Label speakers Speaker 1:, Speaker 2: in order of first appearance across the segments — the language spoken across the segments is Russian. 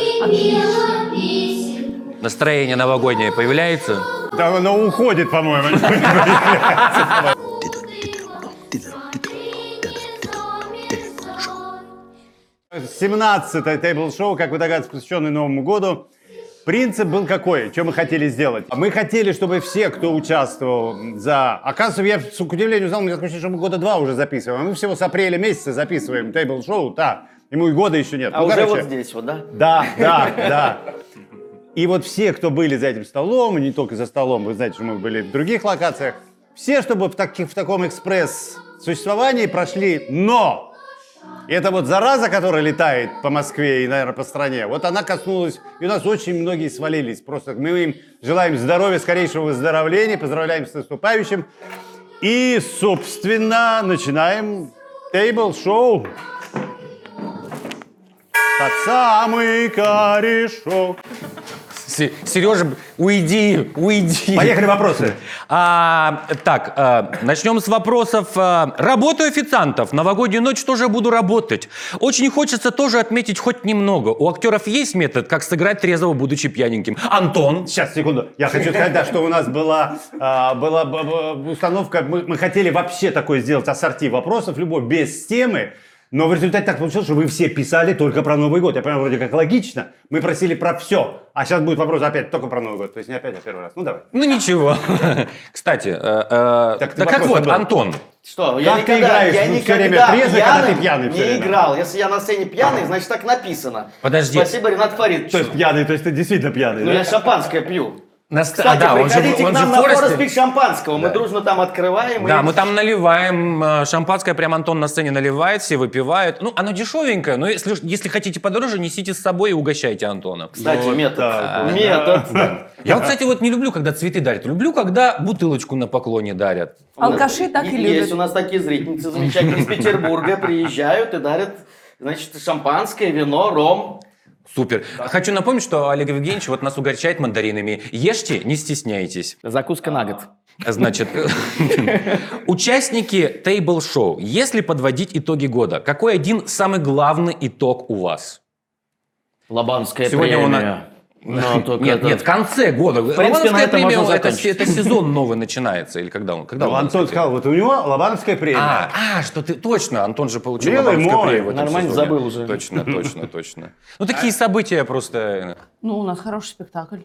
Speaker 1: Пела песенку.
Speaker 2: Настроение новогоднее появляется?
Speaker 3: Да оно уходит, по-моему.
Speaker 1: Ты
Speaker 3: 17-е тейбл-шоу, как вы догадываетесь, посвященное Новому году. Принцип был какой? Что мы хотели сделать? Мы хотели, чтобы все, кто участвовал за... Оказывается, я с удивлением узнал, у меня такое ощущение, что мы года два уже записываем. А мы всего с апреля месяца записываем тейбл-шоу, да. Ему и года еще нет.
Speaker 4: А
Speaker 3: Ну,
Speaker 4: уже
Speaker 3: короче,
Speaker 4: вот здесь вот, да?
Speaker 3: Да, да, да. И вот все, кто были за этим столом, и не только за столом, вы знаете, что мы были в других локациях, все, чтобы в, таких, в таком экспресс-существовании прошли, но это вот зараза, которая летает по Москве и, наверное, по стране, вот она коснулась, и у нас очень многие свалились. Просто мы им желаем здоровья, скорейшего выздоровления, поздравляем с наступающим. И, собственно, начинаем тейбл-шоу. Под самый корешок.
Speaker 2: Сережа, уйди, уйди.
Speaker 3: Поехали вопросы.
Speaker 2: А, так, а, начнем с вопросов. А, работаю официантов. Новогоднюю ночь тоже буду работать. Очень хочется тоже отметить хоть немного. У актеров есть метод, как сыграть трезво, будучи пьяненьким? Антон,
Speaker 3: Сейчас, секунду. Я хочу сказать, да, что у нас была, а, была б- б- установка, мы, мы хотели вообще такое сделать ассорти вопросов, любой, без темы. Но в результате так получилось, что вы все писали только про Новый год. Я понимаю, вроде как логично. Мы просили про все. А сейчас будет вопрос опять только про Новый год. То есть не опять, а первый раз. Ну, давай.
Speaker 2: ну ничего. Кстати, э, э,
Speaker 3: Так, ты
Speaker 2: да как
Speaker 3: вопрос
Speaker 2: вот,
Speaker 3: забыл.
Speaker 2: Антон,
Speaker 4: Что,
Speaker 3: Как ты играешь
Speaker 4: я
Speaker 3: всё
Speaker 4: никогда
Speaker 3: время трезвый, когда ты
Speaker 4: пьяным
Speaker 3: пьяный всё
Speaker 4: не
Speaker 3: время?
Speaker 4: играл. Если я на сцене пьяный, значит так написано.
Speaker 2: Подожди.
Speaker 4: Спасибо, Ренат Фарид.
Speaker 3: То есть пьяный, то есть ты действительно пьяный,
Speaker 4: Ну
Speaker 3: да?
Speaker 4: я шампанское пью.
Speaker 2: на ст-
Speaker 4: Кстати,
Speaker 2: а, да, он же,
Speaker 4: приходите
Speaker 2: он
Speaker 4: к
Speaker 2: же
Speaker 4: нам на
Speaker 2: Форесте.
Speaker 4: Форест пить шампанского. Мы дружно там открываем.
Speaker 2: Да,
Speaker 4: и-
Speaker 2: мы там наливаем э, шампанское, прям Антон на сцене наливает, все выпивают. Ну, оно дешевенькое, но если, если хотите подороже, несите с собой и угощайте Антона.
Speaker 4: Кстати,
Speaker 3: Вот
Speaker 4: метод.
Speaker 3: так вот.
Speaker 4: Метод.
Speaker 2: Я, вот, кстати, вот не люблю, когда цветы дарят. Люблю, когда бутылочку на поклоне дарят.
Speaker 5: Алкаши так и
Speaker 4: Есть
Speaker 5: любят.
Speaker 4: у нас такие зрительницы замечательные из Петербурга. Приезжают и дарят, значит, шампанское, вино, ром.
Speaker 2: Супер. Хочу напомнить, что Олег Евгеньевич вот нас угощает мандаринами. Ешьте, не стесняйтесь.
Speaker 4: Закуска на год.
Speaker 2: Значит, участники тейбл-шоу, если подводить итоги года, какой один самый главный итог у вас?
Speaker 4: Лобанская
Speaker 2: Сегодня он-
Speaker 4: премия. Но Ну, только
Speaker 2: Ну, нет,
Speaker 4: это-
Speaker 2: нет, в конце года. В
Speaker 4: принципе, на этом
Speaker 2: премия,
Speaker 4: можно
Speaker 2: это,
Speaker 4: закончить.
Speaker 2: это сезон новый начинается. Или когда он? Когда
Speaker 3: Ну,
Speaker 2: он
Speaker 3: Антон
Speaker 2: кстати?
Speaker 3: сказал, вот у него Лобановская премия.
Speaker 2: А, а, что ты, точно, Антон же получил
Speaker 3: Белый
Speaker 2: Нобелевскую
Speaker 3: мой.
Speaker 2: премию в этом
Speaker 4: Нормально,
Speaker 2: сезоне.
Speaker 4: забыл уже.
Speaker 2: Точно, точно, точно. Ну, такие события
Speaker 4: э,
Speaker 2: просто...
Speaker 5: Ну, у нас хороший спектакль.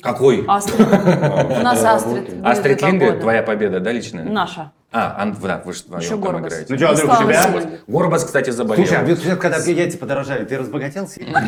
Speaker 2: Какой?
Speaker 5: Астрид. У нас Астрид. будет
Speaker 2: Астрид
Speaker 5: этого
Speaker 2: Лингрен,
Speaker 5: года.
Speaker 2: твоя победа, да, личная?
Speaker 5: Наша.
Speaker 2: А, Ан- да, вы же вдвоем
Speaker 5: Еще
Speaker 2: там
Speaker 5: Горбас.
Speaker 2: играете.
Speaker 3: Ну что, Андрюх, у тебя?
Speaker 5: Слава.
Speaker 2: Горбас, кстати, заболел.
Speaker 3: Слушай, а вот сейчас, когда яйца подорожали, ты разбогател сильно?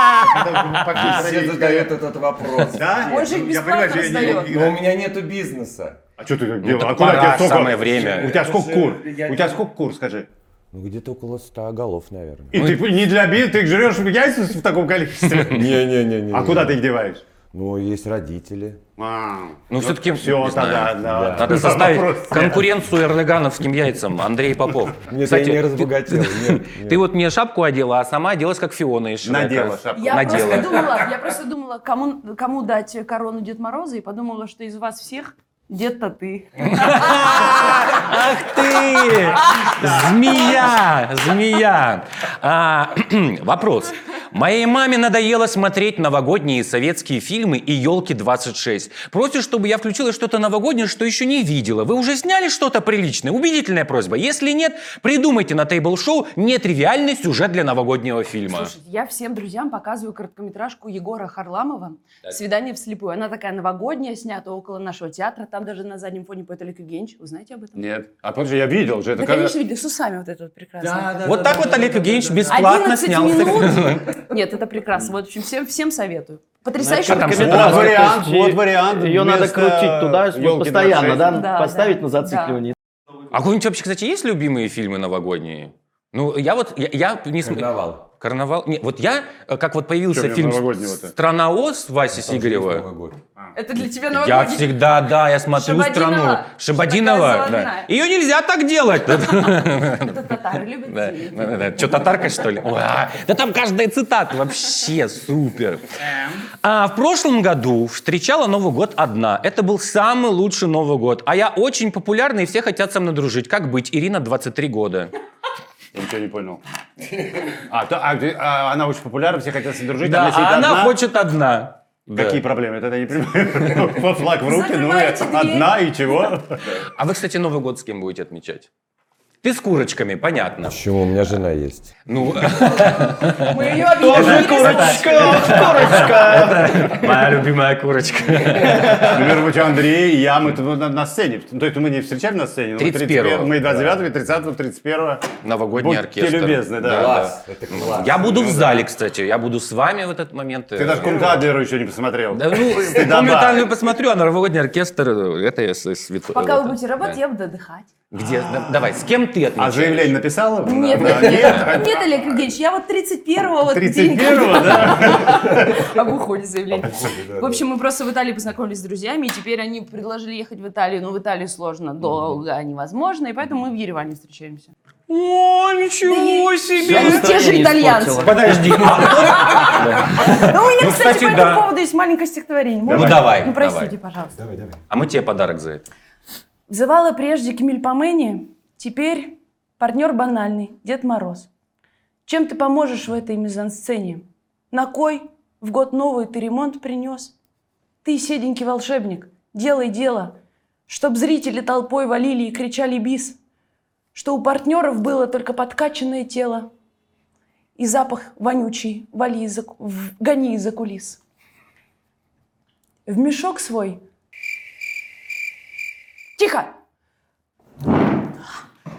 Speaker 6: Все задают этот вопрос.
Speaker 3: Да? ну,
Speaker 5: Он же их
Speaker 3: Я понимаю, что я
Speaker 5: бесплатно
Speaker 3: не-
Speaker 5: раздает.
Speaker 6: Но у меня нету бизнеса.
Speaker 3: Ну, А что ты так
Speaker 2: Ну,
Speaker 3: делал?
Speaker 2: так
Speaker 3: А куда
Speaker 2: пора,
Speaker 3: тебе столько-
Speaker 2: самое время.
Speaker 3: У тебя сколько кур? У
Speaker 6: я не-
Speaker 3: тебя сколько кур, скажи? Ну,
Speaker 6: Ну, где-то около 100 голов, наверное.
Speaker 3: И ты не для бед, ты жрешь яйца в таком количестве.
Speaker 6: Не-не-не.
Speaker 3: А куда ты их деваешь?
Speaker 6: Ну, есть родители.
Speaker 2: Ну, все-таки...
Speaker 3: Все,
Speaker 2: не знаю.
Speaker 3: тогда, да.
Speaker 2: Надо
Speaker 3: Вопрос.
Speaker 2: составить конкуренцию эрдоганов яйцам. Андрей Попов.
Speaker 6: Нет, я не разбогател. нет, нет.
Speaker 2: ты вот мне шапку одела, а сама оделась как Фиона из Шрека.
Speaker 3: Надела шапку.
Speaker 5: Я
Speaker 2: Надела.
Speaker 5: просто думала, я просто думала, кому, кому дать корону Дед Мороза, и подумала, что из вас всех дед-то ты.
Speaker 2: Ах ты! Змея! Змея! А, вопрос. Моей маме надоело смотреть новогодние советские фильмы и елки 26. Просит, чтобы я включила что-то новогоднее, что еще не видела. Вы уже сняли что-то приличное? Убедительная просьба. Если нет, придумайте на тейбл-шоу нетривиальный сюжет для новогоднего
Speaker 3: А.
Speaker 2: фильма.
Speaker 5: Слушайте, я всем друзьям показываю короткометражку Егора Харламова «Свидание вслепую». Она такая новогодняя, снята около нашего театра. Там даже на заднем фоне поет Олег Евгеньевич. Вы знаете об этом?
Speaker 3: Нет. А потому что я видел же. это
Speaker 5: Да,
Speaker 3: когда-
Speaker 5: конечно, видели, с усами вот это вот прекрасно.
Speaker 2: вот так вот Олег Евгеньевич бесплатно
Speaker 5: 11
Speaker 2: снялся.
Speaker 5: минут. Нет, это прекрасно. Вот, в общем, всем, всем советую. Потрясающе.
Speaker 2: Значит,
Speaker 3: Вот
Speaker 2: Метражка, то
Speaker 3: вариант, вот вариант.
Speaker 4: Ее надо
Speaker 3: вместо
Speaker 4: крутить туда,
Speaker 3: «Ёлки
Speaker 4: постоянно,
Speaker 3: 26».
Speaker 4: да?
Speaker 5: Да,
Speaker 4: Поставить
Speaker 5: да.
Speaker 4: на зацикливание.
Speaker 2: А какой-нибудь вообще, кстати, есть любимые фильмы новогодние? Ну, я вот, я, я не см-
Speaker 6: Карнавал.
Speaker 2: Карнавал. Не, вот я, э, как вот появился
Speaker 3: Чё,
Speaker 2: фильм
Speaker 3: новогоднего-то?
Speaker 2: «Страна Оз»
Speaker 6: Там
Speaker 2: Васи
Speaker 6: же есть
Speaker 2: Сигарева.
Speaker 6: Новый год.
Speaker 5: Это для тебя
Speaker 2: Я
Speaker 5: новогодний.
Speaker 2: всегда, да, я смотрю
Speaker 5: Шабадинова.
Speaker 2: страну.
Speaker 5: Такая
Speaker 2: Шабадинова.
Speaker 5: заводная.
Speaker 2: Ее нельзя так делать.
Speaker 5: Это татары любят. делить.
Speaker 2: Что, татарка, что ли? Уа. Да там каждая цитата вообще супер. А в прошлом году встречала Новый год одна. Это был самый лучший Новый год. А я очень популярна, и все хотят со мной дружить. Как быть? Ирина, 23 года.
Speaker 3: Я ничего не понял. А, то- а, ты- а она очень популярна, все хотят с ней дружить.
Speaker 2: Да,
Speaker 3: она сидит
Speaker 2: а она
Speaker 3: одна.
Speaker 2: хочет одна. Да.
Speaker 3: Какие проблемы? Я тогда не понимаю. Вот Флаг в руки, ну и
Speaker 5: Закрывайте дверь.
Speaker 3: одна, и чего?
Speaker 2: А вы, кстати, Новый год с кем будете отмечать? Ты с курочками, понятно.
Speaker 6: Почему? У меня жена есть.
Speaker 2: Ну,
Speaker 5: Мы ее объединили.
Speaker 4: курочка.
Speaker 2: моя любимая курочка.
Speaker 3: Например, вот Ну, Андрей и я, мы тут вот на, на сцене. Ну, то есть мы не встречали на сцене. но мы
Speaker 2: 31-го,
Speaker 3: 31-го, Мы 29-го, 30-го, 31-го.
Speaker 2: Новогодний
Speaker 3: Будьте
Speaker 2: оркестр.
Speaker 3: любезны, да.
Speaker 6: Класс. Это класс.
Speaker 2: Я буду в зале, кстати. Я буду с вами в этот момент. э,
Speaker 3: Ты даже Кунг Адлеру еще не посмотрел.
Speaker 2: Да, ну,
Speaker 3: Стыдоба.
Speaker 2: документальную посмотрю, а новогодний оркестр э, это я с- с- свят-
Speaker 5: Пока вы
Speaker 2: вот,
Speaker 5: будете
Speaker 2: да.
Speaker 5: работать, я буду отдыхать.
Speaker 2: Где? Да- Давай, с кем ты
Speaker 3: А
Speaker 2: отмечаешь?
Speaker 3: заявление написала?
Speaker 5: Нет,
Speaker 3: Да,
Speaker 5: нет,
Speaker 3: Нет?
Speaker 5: нет, Олег Евгеньевич, я вот 31-го вот день,
Speaker 3: 31-го, да?
Speaker 5: об уходе заявление. В общем, мы просто в Италии познакомились с друзьями, и теперь они предложили ехать в Италию, но в Италии сложно, долго, а невозможно, и поэтому мы в Ереване встречаемся.
Speaker 2: О, ничего себе!
Speaker 5: Они те же итальянцы.
Speaker 2: Подожди,
Speaker 5: Ну, у меня,
Speaker 2: Ну,
Speaker 5: кстати,
Speaker 2: кстати,
Speaker 5: по
Speaker 2: да.
Speaker 5: этому поводу есть маленькое стихотворение.
Speaker 2: Ну,
Speaker 5: Можно?
Speaker 2: давай,
Speaker 5: Ну, простите,
Speaker 2: давай.
Speaker 5: пожалуйста.
Speaker 6: Давай, давай.
Speaker 2: а мы тебе подарок за это.
Speaker 5: Взывала прежде к Мельпомене, теперь партнер банальный, Дед Мороз. Чем ты поможешь в этой мизансцене? На кой в год новый ты ремонт принес? Ты, седенький волшебник, делай дело, чтоб зрители толпой валили и кричали бис, что у партнеров было только подкачанное тело и запах вонючий, вали из-за ку- в- гони из-за кулис. В мешок свой Тихо!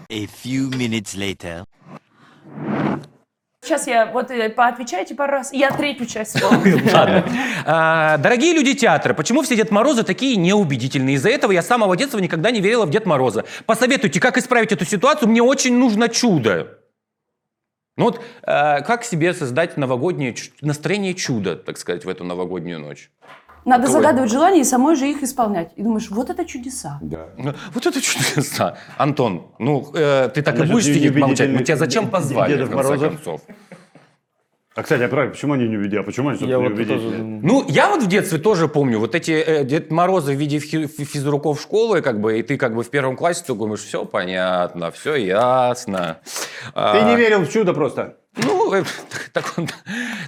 Speaker 7: A few minutes later.
Speaker 5: Сейчас я вот э, поотвечайте пару раз, и я третью часть вспомню.
Speaker 2: Ладно. А, Дорогие люди театра, почему все Дед Морозы такие неубедительные? Из-за этого я с самого детства никогда не верила в Дед Мороза. Посоветуйте, как исправить эту ситуацию? Мне очень нужно чудо. Ну вот, а, как себе создать новогоднее чу- настроение чуда, так сказать, в эту новогоднюю ночь?
Speaker 5: Надо
Speaker 2: Ой.
Speaker 5: загадывать желания и самой же их исполнять. И думаешь, вот это чудеса.
Speaker 6: Да.
Speaker 2: Ну, Вот это чудеса. Антон, ну, э, ты так
Speaker 3: Она
Speaker 2: и
Speaker 3: же
Speaker 2: будешь сидеть
Speaker 3: неубедительный
Speaker 2: молчать? Мы тебя зачем
Speaker 3: Дед
Speaker 2: позвали, в конце
Speaker 3: Морозов.
Speaker 2: концов?
Speaker 3: А, кстати, а правильно, почему они не увидели? А почему они, собственно, не увидели?
Speaker 2: Ну, я вот в детстве тоже помню, вот эти э, Дед Морозы в виде фи- фи- физруков школы, как бы, и ты как бы в первом классе, ты думаешь, все понятно, все ясно. А,
Speaker 3: Ты не верил в чудо просто.
Speaker 2: Ну, э, так, он-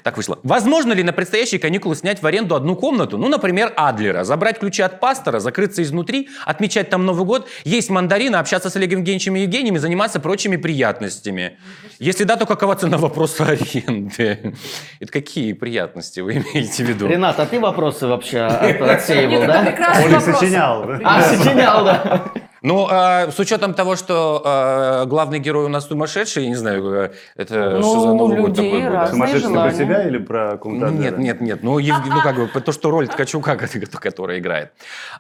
Speaker 2: так вышло. Возможно ли на предстоящие каникулы снять в аренду одну комнату? Ну, например, Адлера. Забрать ключи от пастора, закрыться изнутри, отмечать там Новый год, есть мандарины, общаться с Олегом Евгеньевичем и Евгением и заниматься прочими приятностями. Если да, то какова цена вопроса аренды? Это какие приятности вы имеете в виду?
Speaker 4: Ренат, а ты вопросы вообще от- отсеивал,
Speaker 5: Нет, это
Speaker 4: да?
Speaker 5: прекрасный
Speaker 3: Оля
Speaker 5: вопрос.
Speaker 3: сочинял.
Speaker 4: А, сочинял, да.
Speaker 2: Ну, а, с учетом того, что а, главный герой у нас сумасшедший, я не знаю, э, это
Speaker 5: Ну,
Speaker 2: что за Новый год
Speaker 5: людей
Speaker 2: такой был, да?
Speaker 5: разных.
Speaker 3: Сумасшедший про
Speaker 5: желания.
Speaker 3: себя или про Кунг
Speaker 2: Ну, Нет, нет, нет. Ну, Евг- ну, как бы, то, что роль Ткачука, которая играет.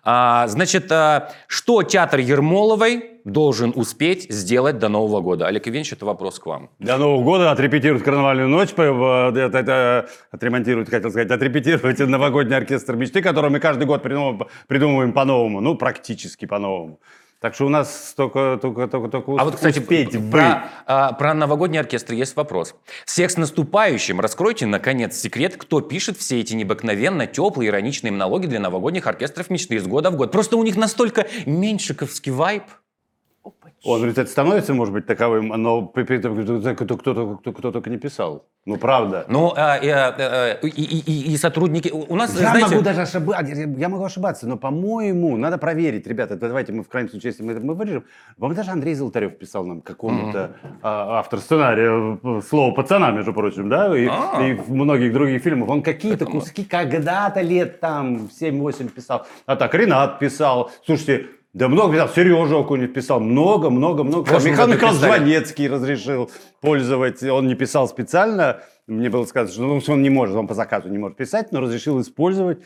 Speaker 2: А, значит, а, что театр Ермоловой должен успеть сделать до Нового года? Олег Ивенч, это вопрос к вам.
Speaker 3: До Нового года отрепетируют карнавальную ночь, по- э, это, это, отремонтируют, хотел сказать, отрепетируют новогодний оркестр мечты, который мы каждый год придум- придумываем по-новому, ну, практически по-новому. Так что у нас только, только, только, только
Speaker 2: А вот, кстати,
Speaker 3: успеть
Speaker 2: про,
Speaker 3: бы.
Speaker 2: а, про новогодний оркестр есть вопрос. Всех с наступающим! Раскройте, наконец, секрет, кто пишет все эти необыкновенно теплые ироничные налоги для новогодних оркестров мечты из года в год. Просто у них настолько меньшиковский вайб.
Speaker 3: Он, говорит, это становится, может быть, таковым, но при- при этом кто, кто, кто- кто- кто только не писал. Ну, правда.
Speaker 2: Ну, а, э, э, э, и, и- и- и сотрудники... У у нас,
Speaker 3: Я
Speaker 2: знаете,
Speaker 3: могу даже ошибаться, я могу ошибаться, но, по-моему, надо проверить, ребята, это давайте мы в крайнем случае, если мы это мы вырежем, вам даже Андрей Золотарев писал нам какому-то а, автор сценария, э, слово пацана, между прочим, да, и,
Speaker 2: А.
Speaker 3: и в многих других фильмах, он какие-то куски когда-то лет там 7-8 писал, а так Ренат писал, слушайте, да много писал, Сережа Окунев писал, много-много-много.
Speaker 2: прошлом
Speaker 3: Михаил
Speaker 2: году
Speaker 3: Михайлович
Speaker 2: писали.
Speaker 3: Жванецкий разрешил пользовать, он не писал специально, мне было сказано, что ну, что он не может, он по заказу не может писать, но разрешил использовать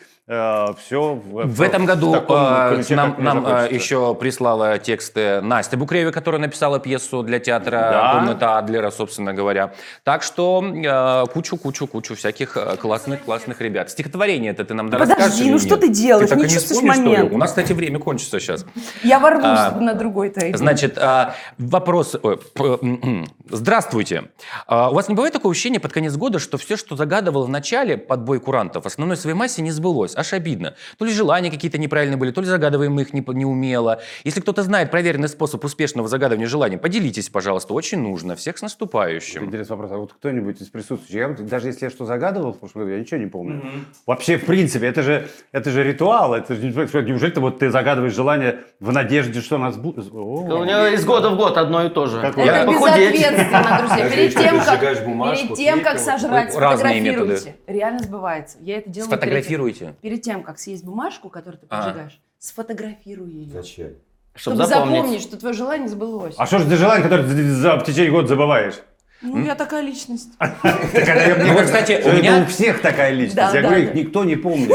Speaker 3: все в,
Speaker 2: В этом году
Speaker 3: таком
Speaker 2: э,
Speaker 3: ключе,
Speaker 2: нам,
Speaker 3: как мне
Speaker 2: нам, э,
Speaker 3: захочется.
Speaker 2: еще прислала тексты Настя Букреева, которая написала пьесу для театра
Speaker 3: Да.
Speaker 2: «Комната Адлера», собственно говоря. Так что а, кучу-кучу-кучу всяких э, классных-классных ребят. Стихотворение это ты нам
Speaker 5: Подожди,
Speaker 2: расскажешь
Speaker 5: ну что ты делаешь?
Speaker 2: Ты так
Speaker 5: Не
Speaker 2: и не
Speaker 5: чувствуешь
Speaker 2: вспомнишь, что ли?
Speaker 5: момент?
Speaker 2: У нас, кстати, время кончится сейчас.
Speaker 5: Я ворвусь
Speaker 2: А,
Speaker 5: на другой-то. этап.
Speaker 2: Значит, а, вопрос... ой, п- м, м. Здравствуйте. А, У вас не бывает такого ощущения под конец конец года, что все, что загадывал в начале под бой курантов, в основной своей массе не сбылось. Аж обидно. То ли желания какие-то неправильные были, то ли загадываем мы их не, по- не умело. Если кто-то знает проверенный способ успешного загадывания желаний, поделитесь, пожалуйста, очень нужно. Всех с
Speaker 3: Вот
Speaker 2: наступающим.
Speaker 3: Интересный вопрос. А вот кто-нибудь из присутствующих, я вот даже если я что загадывал в прошлом году, я ничего не помню. Вообще, в принципе, это же, это же ритуал. Это же, не- что, неужели ты, вот, ты загадываешь желание в надежде, что нас будет?
Speaker 4: У него из года в год одно и то же.
Speaker 3: Какое?
Speaker 8: Это
Speaker 4: Похудеть.
Speaker 8: безответственно, друзья. Перед тем, как,
Speaker 6: сжигаешь бумажку,
Speaker 8: перед тем, как
Speaker 6: клейкой,
Speaker 8: сожрать,
Speaker 2: вот разные методы.
Speaker 8: сфотографируйте. Реально сбывается. Я это делаю.
Speaker 2: Сфотографируйте.
Speaker 8: перед- Перед тем, как съесть бумажку, которую ты
Speaker 2: А.
Speaker 8: поджигаешь, сфотографируй ее.
Speaker 6: Зачем?
Speaker 4: Чтобы
Speaker 8: Чтобы
Speaker 4: запомнить.
Speaker 8: запомнить, что твое желание сбылось.
Speaker 3: А что же за желание, которое ты за, в течение года забываешь?
Speaker 5: Ну, я такая личность.
Speaker 3: Так это я-
Speaker 2: Ну,
Speaker 3: мне
Speaker 2: вот,
Speaker 3: кажется,
Speaker 2: кстати,
Speaker 3: что
Speaker 2: у
Speaker 3: это
Speaker 2: меня-
Speaker 3: у всех такая личность.
Speaker 8: Да,
Speaker 3: Я
Speaker 8: да,
Speaker 3: говорю,
Speaker 8: да.
Speaker 3: их никто не помнит.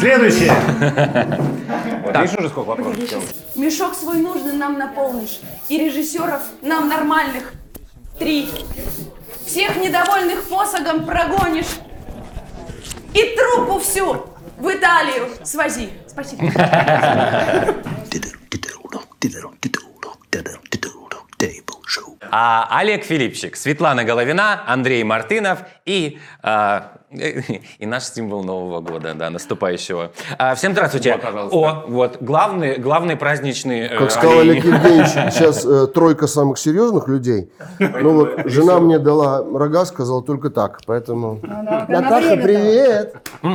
Speaker 3: Следующее. Вот, Видишь уже сколько вопросов?
Speaker 5: Мешок свой нужный нам наполнишь. И режиссеров нам нормальных три. Всех недовольных посогом прогонишь. И трупу всю в Италию свози. Спасибо.
Speaker 2: А, Олег Филипчик, Светлана Головина, Андрей Мартынов и, а, и наш символ Нового года, да, наступающего. А, всем здравствуйте. О, вот, главный, главный праздничный... э,
Speaker 9: Как сказал
Speaker 2: олень.
Speaker 9: Олег Евгеньевич, сейчас э, тройка самых серьезных людей. Ну вот, жена мне дала рога, сказала только так, поэтому... Наташа, привет!
Speaker 2: Бля,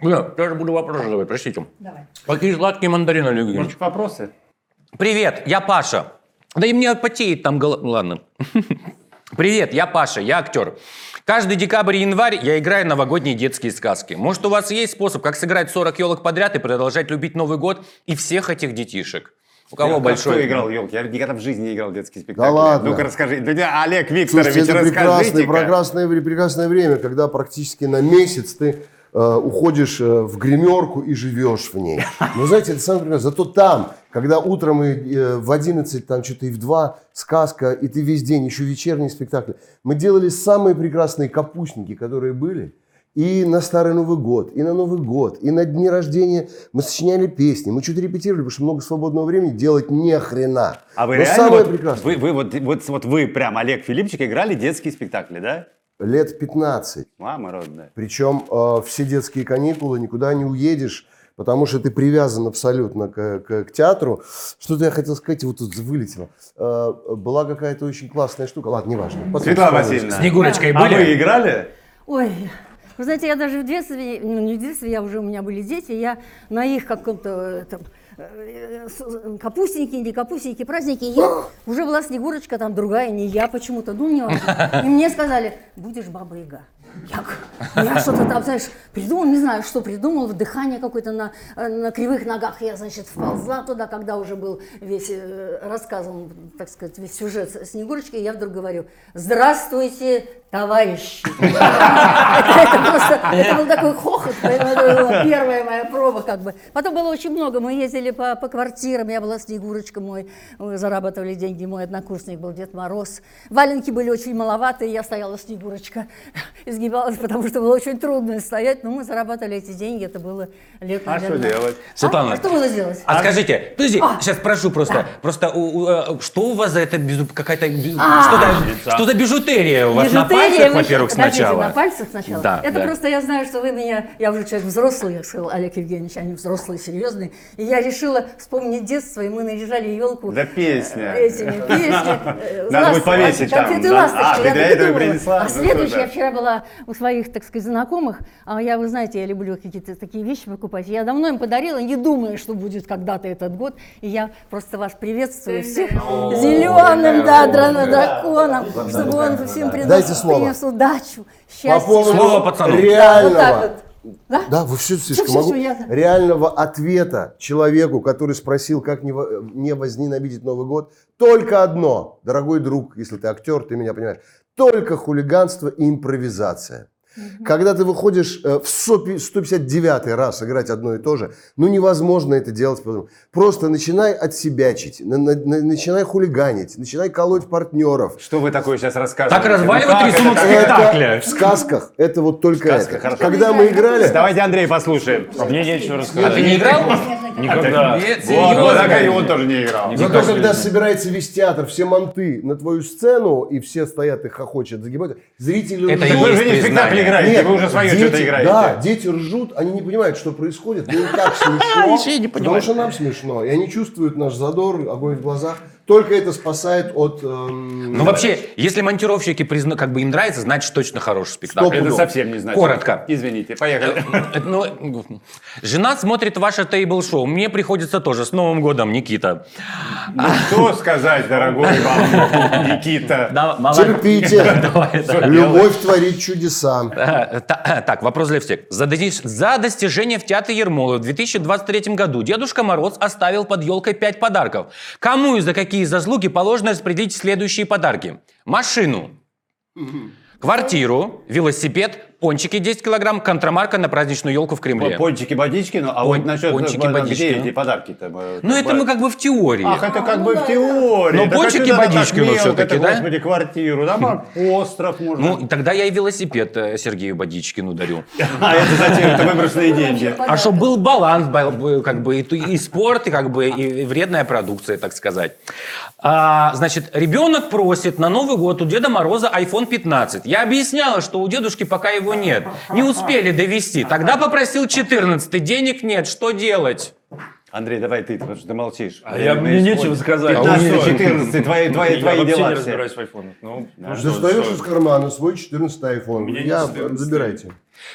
Speaker 2: Ну, я же буду вопрос задавать, простите. Какие сладкие мандарины, Олег Евгеньевич?
Speaker 3: Может, вопросы?
Speaker 2: Привет, я Паша. Да и мне потеет там голова. Ладно. Привет, я Паша, я актер. Каждый декабрь и январь я играю новогодние детские сказки. Может, у вас есть способ, как сыграть 40 елок подряд и продолжать любить Новый год и всех этих детишек? У кого
Speaker 3: Я
Speaker 2: большой?
Speaker 3: Кто играл елки? Я никогда в жизни не играл в детский спектакль.
Speaker 9: ладно.
Speaker 3: Ну-ка расскажи. Ну, тебя, Олег Викторович,
Speaker 9: Слушайте, это прекрасное,
Speaker 3: расскажите-ка.
Speaker 9: прекрасное, вре- прекрасное время, когда практически на месяц ты э, уходишь э, в гримерку и живешь в ней. Но знаете, это самое прекрасное. Зато там, когда утром и, э, в 11, там что-то и в 2 сказка, и ты весь день, еще вечерний спектакль. Мы делали самые прекрасные капустники, которые были. И на Старый Новый год, и на Новый год, и на дни рождения мы сочиняли песни. Мы чуть репетировали, потому что много свободного времени делать не хрена.
Speaker 3: А вы
Speaker 9: Но
Speaker 3: реально
Speaker 9: Ну, самое
Speaker 3: вот,
Speaker 9: прекрасное.
Speaker 3: Вы, вы вот, вот, вот вы прям, Олег Филипчик, играли детские спектакли, да?
Speaker 9: Лет 15.
Speaker 3: Мама родная.
Speaker 9: Причем э, все детские каникулы никуда не уедешь, потому что ты привязан абсолютно к, к- к театру. Что-то я хотел сказать, и вот тут вылетело. Э, была какая-то очень классная штука. Ладно, неважно. Потом
Speaker 3: Светлана
Speaker 9: вспомню.
Speaker 3: Васильевна,
Speaker 2: Снегурочкой
Speaker 3: а
Speaker 2: были?
Speaker 3: вы играли?
Speaker 10: Ой, вы знаете, я даже в детстве, ну не в детстве, я уже у меня были дети, я на их каком-то там э, с- капустники, не капустники, праздники, я уже была Снегурочка, там другая, не я почему-то, ну не важно. И мне сказали, будешь Баба-Яга. Я, г- я что-то там, знаешь, придумал, не знаю, что придумал, дыхание какое-то на, э, на кривых ногах. Я, значит, вползла туда, когда уже был весь э, рассказан, так сказать, весь сюжет с- Снегурочки, я вдруг говорю, здравствуйте, товарищи. Это это просто, это был такой хохот, поэтому это была первая моя проба как бы. Потом было очень много, мы ездили по, по квартирам, я была Снегурочка, мой, мы зарабатывали деньги, мой однокурсник был Дед Мороз. Валенки были очень маловатые, я стояла Снегурочка, изгибалась, потому что было очень трудно стоять, но мы зарабатывали эти деньги, это было лет,
Speaker 3: А что
Speaker 10: Наверное.
Speaker 3: делать?
Speaker 2: Светлана.
Speaker 10: А что было делать?
Speaker 2: А скажите, подожди, сейчас прошу просто, просто у- у, э, что у вас за это безу- какая-то без- что, за, что за бижутерия у вас на
Speaker 10: А. Бижутерия,
Speaker 2: пальцах,
Speaker 10: вы-
Speaker 2: во-первых,
Speaker 10: подождите,
Speaker 2: сначала?
Speaker 10: на пальцах сначала?
Speaker 2: Да,
Speaker 10: Это
Speaker 2: да.
Speaker 10: просто я знаю, что вы меня... Я уже человек взрослый, я сказала, Олег Евгеньевич, они взрослые, серьезные. И я решила вспомнить детство, и мы наряжали елку
Speaker 3: Да песня.
Speaker 10: Э, этими песнями.
Speaker 3: Надо будет повесить там,
Speaker 10: Конфеты
Speaker 3: да?
Speaker 10: ласточки,
Speaker 3: А, ты
Speaker 10: я
Speaker 3: для
Speaker 10: так и
Speaker 3: этого
Speaker 10: думала.
Speaker 3: принесла?
Speaker 10: А
Speaker 3: Ну,
Speaker 10: следующее,
Speaker 3: круто.
Speaker 10: я вчера была у своих, так сказать, знакомых, а я, вы знаете, я люблю какие-то такие вещи покупать. Я давно им подарила, не думая, что будет когда-то этот год. И я просто вас приветствую всех зеленым да, дракон- драконом, чтобы он всем
Speaker 9: Дайте
Speaker 10: принес
Speaker 9: слово.
Speaker 10: принес удачу,
Speaker 9: По
Speaker 10: счастье.
Speaker 9: поводу
Speaker 2: Слово пацану.
Speaker 10: Вот
Speaker 9: реального.
Speaker 10: так вот. Да?
Speaker 9: Да, вы все слишком
Speaker 10: Всё, всё,
Speaker 9: могу.
Speaker 10: всё, я-
Speaker 9: Реального ответа человеку, который спросил, как не, во- не возненавидеть Новый год, только одно. Дорогой друг, если ты актер, ты меня понимаешь. Только хулиганство и импровизация. Когда ты выходишь э, в 159 раз играть одно и то же, ну невозможно это делать. по-другому. Просто начинай отсебячить, на- на- на- начинай хулиганить, начинай колоть партнеров.
Speaker 3: Что вы такое сейчас расскажете?
Speaker 2: Так разваливает
Speaker 3: как
Speaker 2: рисунок
Speaker 3: это так?
Speaker 2: спектакля.
Speaker 9: В сказках это вот только
Speaker 3: сказках,
Speaker 9: это.
Speaker 3: хорошо.
Speaker 9: Когда мы играли...
Speaker 3: Давайте Андрей послушаем. Мне нечего
Speaker 2: А ты
Speaker 3: рассказать.
Speaker 2: не играл?
Speaker 3: Никогда.
Speaker 2: Нет,
Speaker 3: Ну Вот,
Speaker 2: серьезно.
Speaker 3: вот так и он тоже не играл.
Speaker 9: Зато когда собирается весь театр, все манты на твою сцену, и все стоят и хохочет, загибают, зрители
Speaker 2: Это
Speaker 9: ржут.
Speaker 2: и
Speaker 3: Вы
Speaker 2: есть
Speaker 3: же не в спектакль
Speaker 2: признание.
Speaker 3: играете, вы уже свое
Speaker 9: дети-
Speaker 3: что-то играете.
Speaker 9: Да, дети ржут, они не понимают, что происходит, но им так смешно, потому что нам смешно, и они чувствуют наш задор, огонь в глазах. Только это спасает от... эм,
Speaker 2: Ну вообще, если монтировщики призна... как бы им нравится, значит точно хороший спектакль.
Speaker 9: Стоп.
Speaker 3: Это
Speaker 9: пудов.
Speaker 3: совсем не значит.
Speaker 2: Коротко.
Speaker 3: Извините, поехали.
Speaker 2: Это, ну, жена смотрит ваше тейбл-шоу. Мне приходится тоже. С Новым годом, Никита.
Speaker 3: Ну, Что сказать, дорогой вам, Никита?
Speaker 2: Да,
Speaker 9: Терпите,
Speaker 2: Давай, да.
Speaker 9: любовь творит чудеса.
Speaker 2: Э, та- Так, вопрос для всех. За доди- за достижение в Театре Ермолы в 2023 году Дедушка Мороз оставил под елкой 5 подарков. Кому и за какие заслуги положено распределить следующие подарки? Машину, квартиру, велосипед, пончики 10 килограмм, контрамарка на праздничную елку в Кремле.
Speaker 3: Пончики Бодичкину, а вот
Speaker 2: Пон-
Speaker 3: насчет
Speaker 2: пончики
Speaker 3: э, э, где
Speaker 2: Бодичкину.
Speaker 3: эти подарки-то? э,
Speaker 2: Ну, это мы как бы в теории.
Speaker 3: Ах, это А, как бы в теории.
Speaker 2: Ну,
Speaker 3: ну, Да как
Speaker 2: пончики
Speaker 3: же надо так
Speaker 2: Бодичкину
Speaker 3: мелко-то,
Speaker 2: всё-таки, да?
Speaker 3: Господи, квартиру, да, Марк? остров можно.
Speaker 2: Ну, тогда я и велосипед э, Сергею Бодичкину дарю.
Speaker 3: А это зачем? Это выбросные деньги.
Speaker 2: А чтобы был баланс, бал- бы, как бы и, ту- и спорт, и как бы и вредная продукция, так сказать. А, значит, ребенок просит на Новый год у Деда Мороза iPhone 15. Я объясняла, что у дедушки пока его нет. Не успели довести. Тогда попросил 14. Денег нет. Что делать?
Speaker 3: Андрей, давай ты, потому что ты молчишь.
Speaker 11: А я, мне нечего сказать.
Speaker 3: 15, 14, твои, твои,
Speaker 11: я
Speaker 3: твои
Speaker 11: вообще
Speaker 3: дела
Speaker 11: не
Speaker 3: все.
Speaker 11: разбираюсь в айфонах. Ну, ну что,
Speaker 9: Достаешь
Speaker 11: что?
Speaker 9: из кармана свой 14 iPhone.
Speaker 11: меня
Speaker 9: Я
Speaker 11: 14.
Speaker 9: забирайте.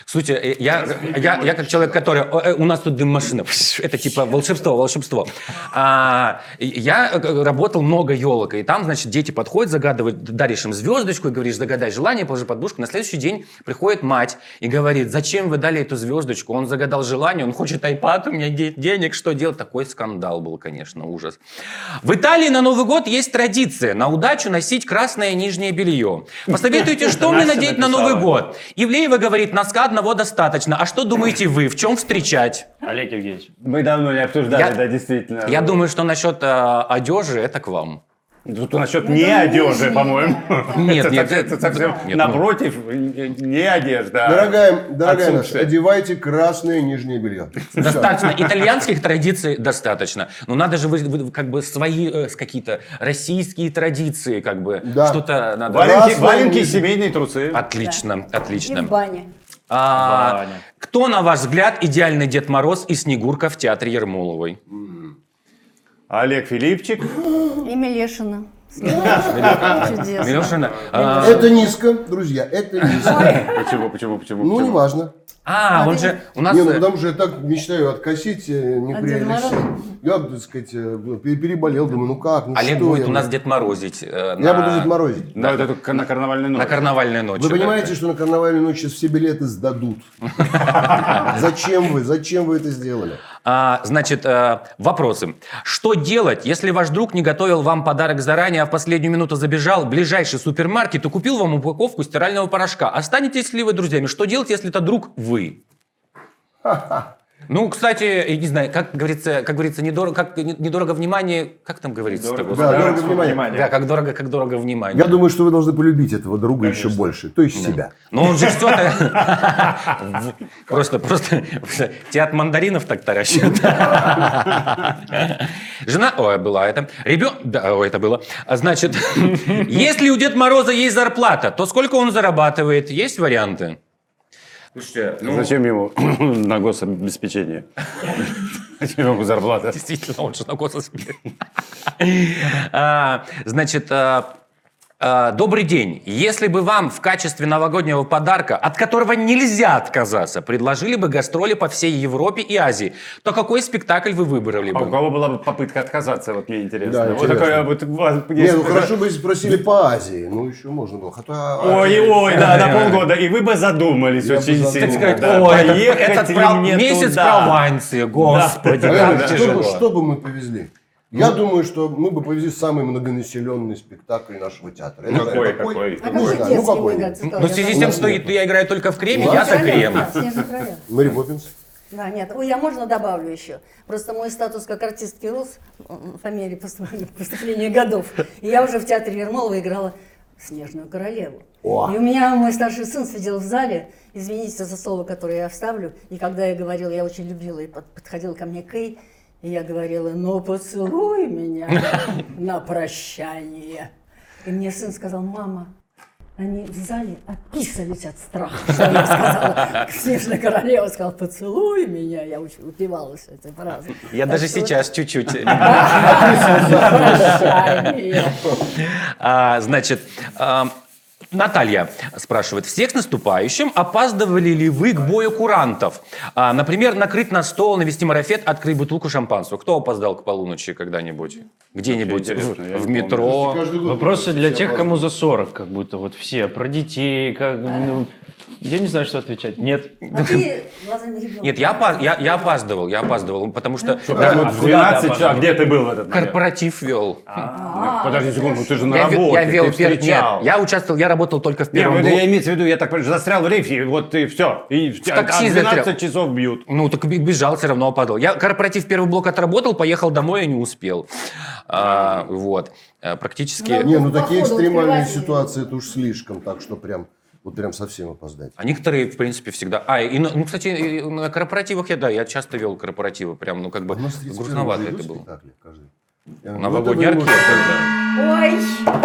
Speaker 2: Слушайте, э, я, я, я как человек, который... э, э, У нас тут дым-машина. Пш, Это типа волшебство, волшебство. А, и я э, работал много елок, и там, значит, дети подходят, загадывают, даришь им звездочку и говоришь, загадай желание, положи подушку. На следующий день приходит мать и говорит, зачем вы дали эту звездочку? Он загадал желание, он хочет iPad, у меня нет денег, что делать? Такой скандал был, конечно, ужас. В Италии на Новый год есть традиция на удачу носить красное нижнее белье. Посоветуйте, что мне
Speaker 11: Настя
Speaker 2: надеть на
Speaker 11: написала.
Speaker 2: Новый год? Ивлеева говорит, носка одного достаточно. А что думаете вы, в чем встречать?
Speaker 11: Олег Евгеньевич.
Speaker 3: Мы давно не обсуждали,
Speaker 2: Я-
Speaker 3: да, действительно.
Speaker 2: Я думаю, что насчет э, одежи это к вам.
Speaker 3: Ну, Тут насчет
Speaker 11: Ну,
Speaker 3: не одежды, по-моему.
Speaker 2: Нет,
Speaker 3: Это
Speaker 2: нет,
Speaker 3: совсем- это совсем
Speaker 2: нет, ну.
Speaker 3: напротив, не одежда. а
Speaker 9: Дорогая, дорогая наша,
Speaker 3: отсутствие.
Speaker 9: одевайте красное нижнее белье.
Speaker 2: Достаточно. Итальянских традиций достаточно. Но надо же вы- вы- как бы свои э, с какие-то российские традиции, как бы
Speaker 9: Да.
Speaker 2: что-то надо.
Speaker 9: Валя-
Speaker 3: Валенки,
Speaker 9: Красные
Speaker 3: валенки
Speaker 9: нижние.
Speaker 3: семейные трусы.
Speaker 2: Отлично,
Speaker 10: И в
Speaker 2: отлично.
Speaker 10: бане.
Speaker 2: А,
Speaker 11: Ваня.
Speaker 2: кто, на ваш взгляд, идеальный Дед Мороз и Снегурка в театре Ермоловой?
Speaker 3: Олег Филипчик.
Speaker 10: И Мелешина. Чудесно.
Speaker 2: Милешина? А,
Speaker 9: Это низко, друзья, это низко.
Speaker 3: Почему, почему, почему?
Speaker 9: Ну,
Speaker 3: почему?
Speaker 9: неважно.
Speaker 2: а, он же у нас...
Speaker 9: Не, ну
Speaker 2: э,
Speaker 9: потому что я так мечтаю откосить, э, не
Speaker 8: От
Speaker 9: при
Speaker 8: Деда
Speaker 9: Алексее.
Speaker 8: Мороза?
Speaker 9: Я, так сказать, э, пере- переболел, думаю, ну как, ну
Speaker 2: Олег
Speaker 9: что
Speaker 2: будет
Speaker 9: я
Speaker 2: у нас
Speaker 9: буду?
Speaker 2: Дед Морозить. э,
Speaker 9: Я
Speaker 2: на-
Speaker 9: буду Дед Морозить.
Speaker 3: Да, это только на карнавальной
Speaker 2: На
Speaker 3: ночи.
Speaker 2: карнавальной ночи.
Speaker 9: Вы
Speaker 2: да.
Speaker 9: понимаете, что на карнавальную ночь сейчас все билеты сдадут? Зачем вы, зачем вы это сделали?
Speaker 2: А, значит, э, вопросы. Что делать, если ваш друг не готовил вам подарок заранее, а в последнюю минуту забежал в ближайший супермаркет и купил вам упаковку стирального порошка? Останетесь ли вы друзьями? Что делать, если это друг вы? Ну, кстати, я не знаю, как говорится, как говорится, недорого, как не- недорого внимание, как там говорится?
Speaker 11: Дорого.
Speaker 9: Да, дорого
Speaker 11: внимание.
Speaker 9: внимание.
Speaker 2: Да, как дорого, как дорого внимание.
Speaker 9: Я думаю, что вы должны полюбить этого друга еще больше, то есть себя.
Speaker 2: Ну, он же все Просто, просто тебя от мандаринов так таращит. Жена... Ой, была это. Ребенок... Да, ой, это было. А, Значит, если у Дед Мороза есть зарплата, то сколько он зарабатывает? Есть варианты?
Speaker 11: Слушайте, ну,
Speaker 3: Зачем ему на гособеспечение? Зачем ему зарплата?
Speaker 2: Действительно, он же на госуслуге. А, Значит, а, а, добрый день. Если бы вам в качестве новогоднего подарка, от которого нельзя отказаться, предложили бы гастроли по всей Европе и Азии, то какой спектакль вы выбрали
Speaker 3: А у
Speaker 2: бы?
Speaker 3: кого была бы попытка отказаться, вот мне интересно.
Speaker 9: Да,
Speaker 3: вот
Speaker 9: интересно.
Speaker 3: такое вот, вот,
Speaker 9: Не,
Speaker 3: если
Speaker 9: ну
Speaker 3: бы-
Speaker 9: хорошо бы спросили по Азии, ну еще можно было. Хотя
Speaker 3: Ой, ой, да, на полгода. И вы бы задумались
Speaker 9: Я бы
Speaker 3: очень
Speaker 9: задумался.
Speaker 3: сильно.
Speaker 9: Так сказать,
Speaker 3: да.
Speaker 2: Ой,
Speaker 3: Поехать
Speaker 2: этот
Speaker 3: ли
Speaker 2: прав-
Speaker 3: мне
Speaker 2: месяц
Speaker 3: туда?
Speaker 2: Прованции, господи,
Speaker 9: Наверное,
Speaker 2: как
Speaker 9: что,
Speaker 2: тяжело.
Speaker 3: Ну,
Speaker 9: бы, что бы мы повезли? Я думаю, что мы бы повезли самый многонаселенный спектакль нашего театра. Это-
Speaker 11: Какой,
Speaker 9: это
Speaker 11: какой?
Speaker 10: А
Speaker 9: Ну,
Speaker 10: как же
Speaker 9: да, ну,
Speaker 10: детский
Speaker 9: какой?
Speaker 10: выгод?
Speaker 2: Ну, в связи с тем, что я играю только в креме,
Speaker 9: Ну,
Speaker 2: я-то
Speaker 10: Правильно,
Speaker 2: крем.
Speaker 10: да, снежный король.
Speaker 9: Мэри Поппинс.
Speaker 10: Да, нет. Ой, я можно добавлю еще? Просто мой статус как артистки рос м, по мере поступ- поступления годов. И я уже в театре Ермолова играла «Снежную королеву».
Speaker 9: О.
Speaker 10: И у меня мой старший сын сидел в зале, извините за слово, которое я вставлю, и когда я говорила, я очень любила, и под- подходила ко мне Кей, и
Speaker 12: И я говорила, ну поцелуй меня на прощание. И мне сын сказал, мама, они в зале описались от страха, что я сказала. Снежная королева сказала, поцелуй меня. Я уч- упивалась этой фразой.
Speaker 2: Я
Speaker 12: Так
Speaker 2: даже
Speaker 12: что вот
Speaker 2: сейчас чуть-чуть.
Speaker 12: Прощание.
Speaker 2: А, Значит, а, Наталья спрашивает, всех с наступающим, опаздывали ли вы к бою курантов? А, Например, накрыть на стол, навести марафет, открыть бутылку шампанского. Кто опоздал к полуночи когда-нибудь? Где-нибудь в метро?
Speaker 11: Вопросы Ну, для тех, кому за 40, как будто вот все. Про детей, как... ну, я не знаю, что отвечать. Нет.
Speaker 12: А ты глазами ребенка.
Speaker 2: Нет, я, опа- я, я опаздывал, я опаздывал, потому что...
Speaker 3: Что, прям вот в 12 часов, где ты был в этот момент?
Speaker 2: Корпоратив вел.
Speaker 3: Подожди секунду, ты же на
Speaker 2: Я вел-
Speaker 3: работе,
Speaker 2: я вел
Speaker 3: ты
Speaker 2: пер- нет,
Speaker 3: встречал.
Speaker 2: я участвовал, я работал только в
Speaker 3: Нет,
Speaker 2: первом
Speaker 3: ну,
Speaker 2: блоке.
Speaker 3: я имеется в виду, я так понимаю, застрял в рейфе, и вот ты все. И в тебя-
Speaker 2: такси
Speaker 3: а в 12
Speaker 2: застрял.
Speaker 3: часов бьют.
Speaker 2: Ну, так и бежал, все равно опадал. Я корпоратив первый блок отработал, поехал домой и не успел. А, вот. Э, Практически...
Speaker 9: Не, ну такие
Speaker 12: походу,
Speaker 9: экстремальные
Speaker 12: открыватель.
Speaker 9: ситуации это уж слишком, так что прям вот прям совсем опоздать.
Speaker 2: А некоторые, в принципе, всегда... А, и, на- ну, кстати, и на корпоративах я, да, я часто вел корпоративы, прям, ну,
Speaker 9: А
Speaker 2: как бы, грустновато это было. Новогодний
Speaker 9: Ну, это вы
Speaker 2: оркестр,
Speaker 9: можете-
Speaker 2: да.
Speaker 12: Ой,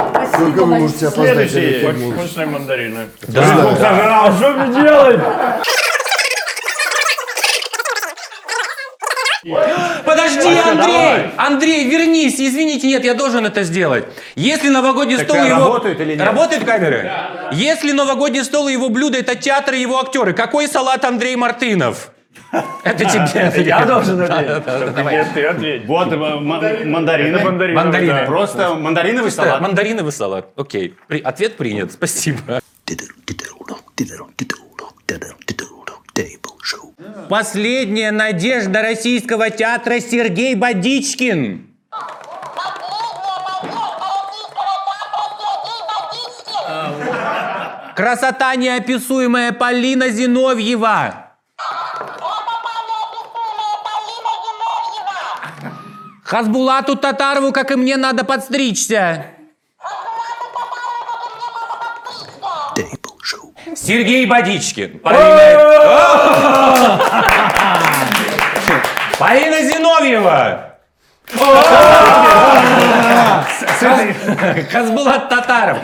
Speaker 9: Только
Speaker 12: спасибо
Speaker 9: вы можете
Speaker 12: большое.
Speaker 9: опоздать.
Speaker 11: Следующий.
Speaker 9: Олег Евгеньевич.
Speaker 11: Вкусные мандарины.
Speaker 9: Да.
Speaker 11: Сожрал, что мне делать?
Speaker 2: Подожди,
Speaker 11: Паша,
Speaker 2: Андрей!
Speaker 11: давай.
Speaker 2: Андрей, вернись! Извините, нет, я должен это сделать. Если новогодний
Speaker 3: Так,
Speaker 2: стол
Speaker 3: а
Speaker 2: и его...
Speaker 3: работают или нет?
Speaker 2: Работают камеры? Если новогодний стол и его блюдо, это театр и его актеры. Какой салат Андрей Мартынов? Это тебе.
Speaker 11: Я должен
Speaker 2: Да,
Speaker 11: ответить?
Speaker 2: да, да,
Speaker 11: Так,
Speaker 2: давай.
Speaker 11: Нет, ты ответь.
Speaker 3: Вот э, м- мандарины.
Speaker 11: Это мандарины,
Speaker 2: Мандарины.
Speaker 11: да.
Speaker 3: Просто мандариновый
Speaker 2: Чисто
Speaker 3: салат.
Speaker 2: Мандариновый салат. Окей. При- Ответ принят. Спасибо. Последняя надежда российского театра Сергей Бодичкин. Красота неописуемая Полина Зиновьева. Хазбулату Татарову, как и мне, надо подстричься. Сергей Бодичкин. Полина... Полина Зиновьева. Хазбулат Татаров.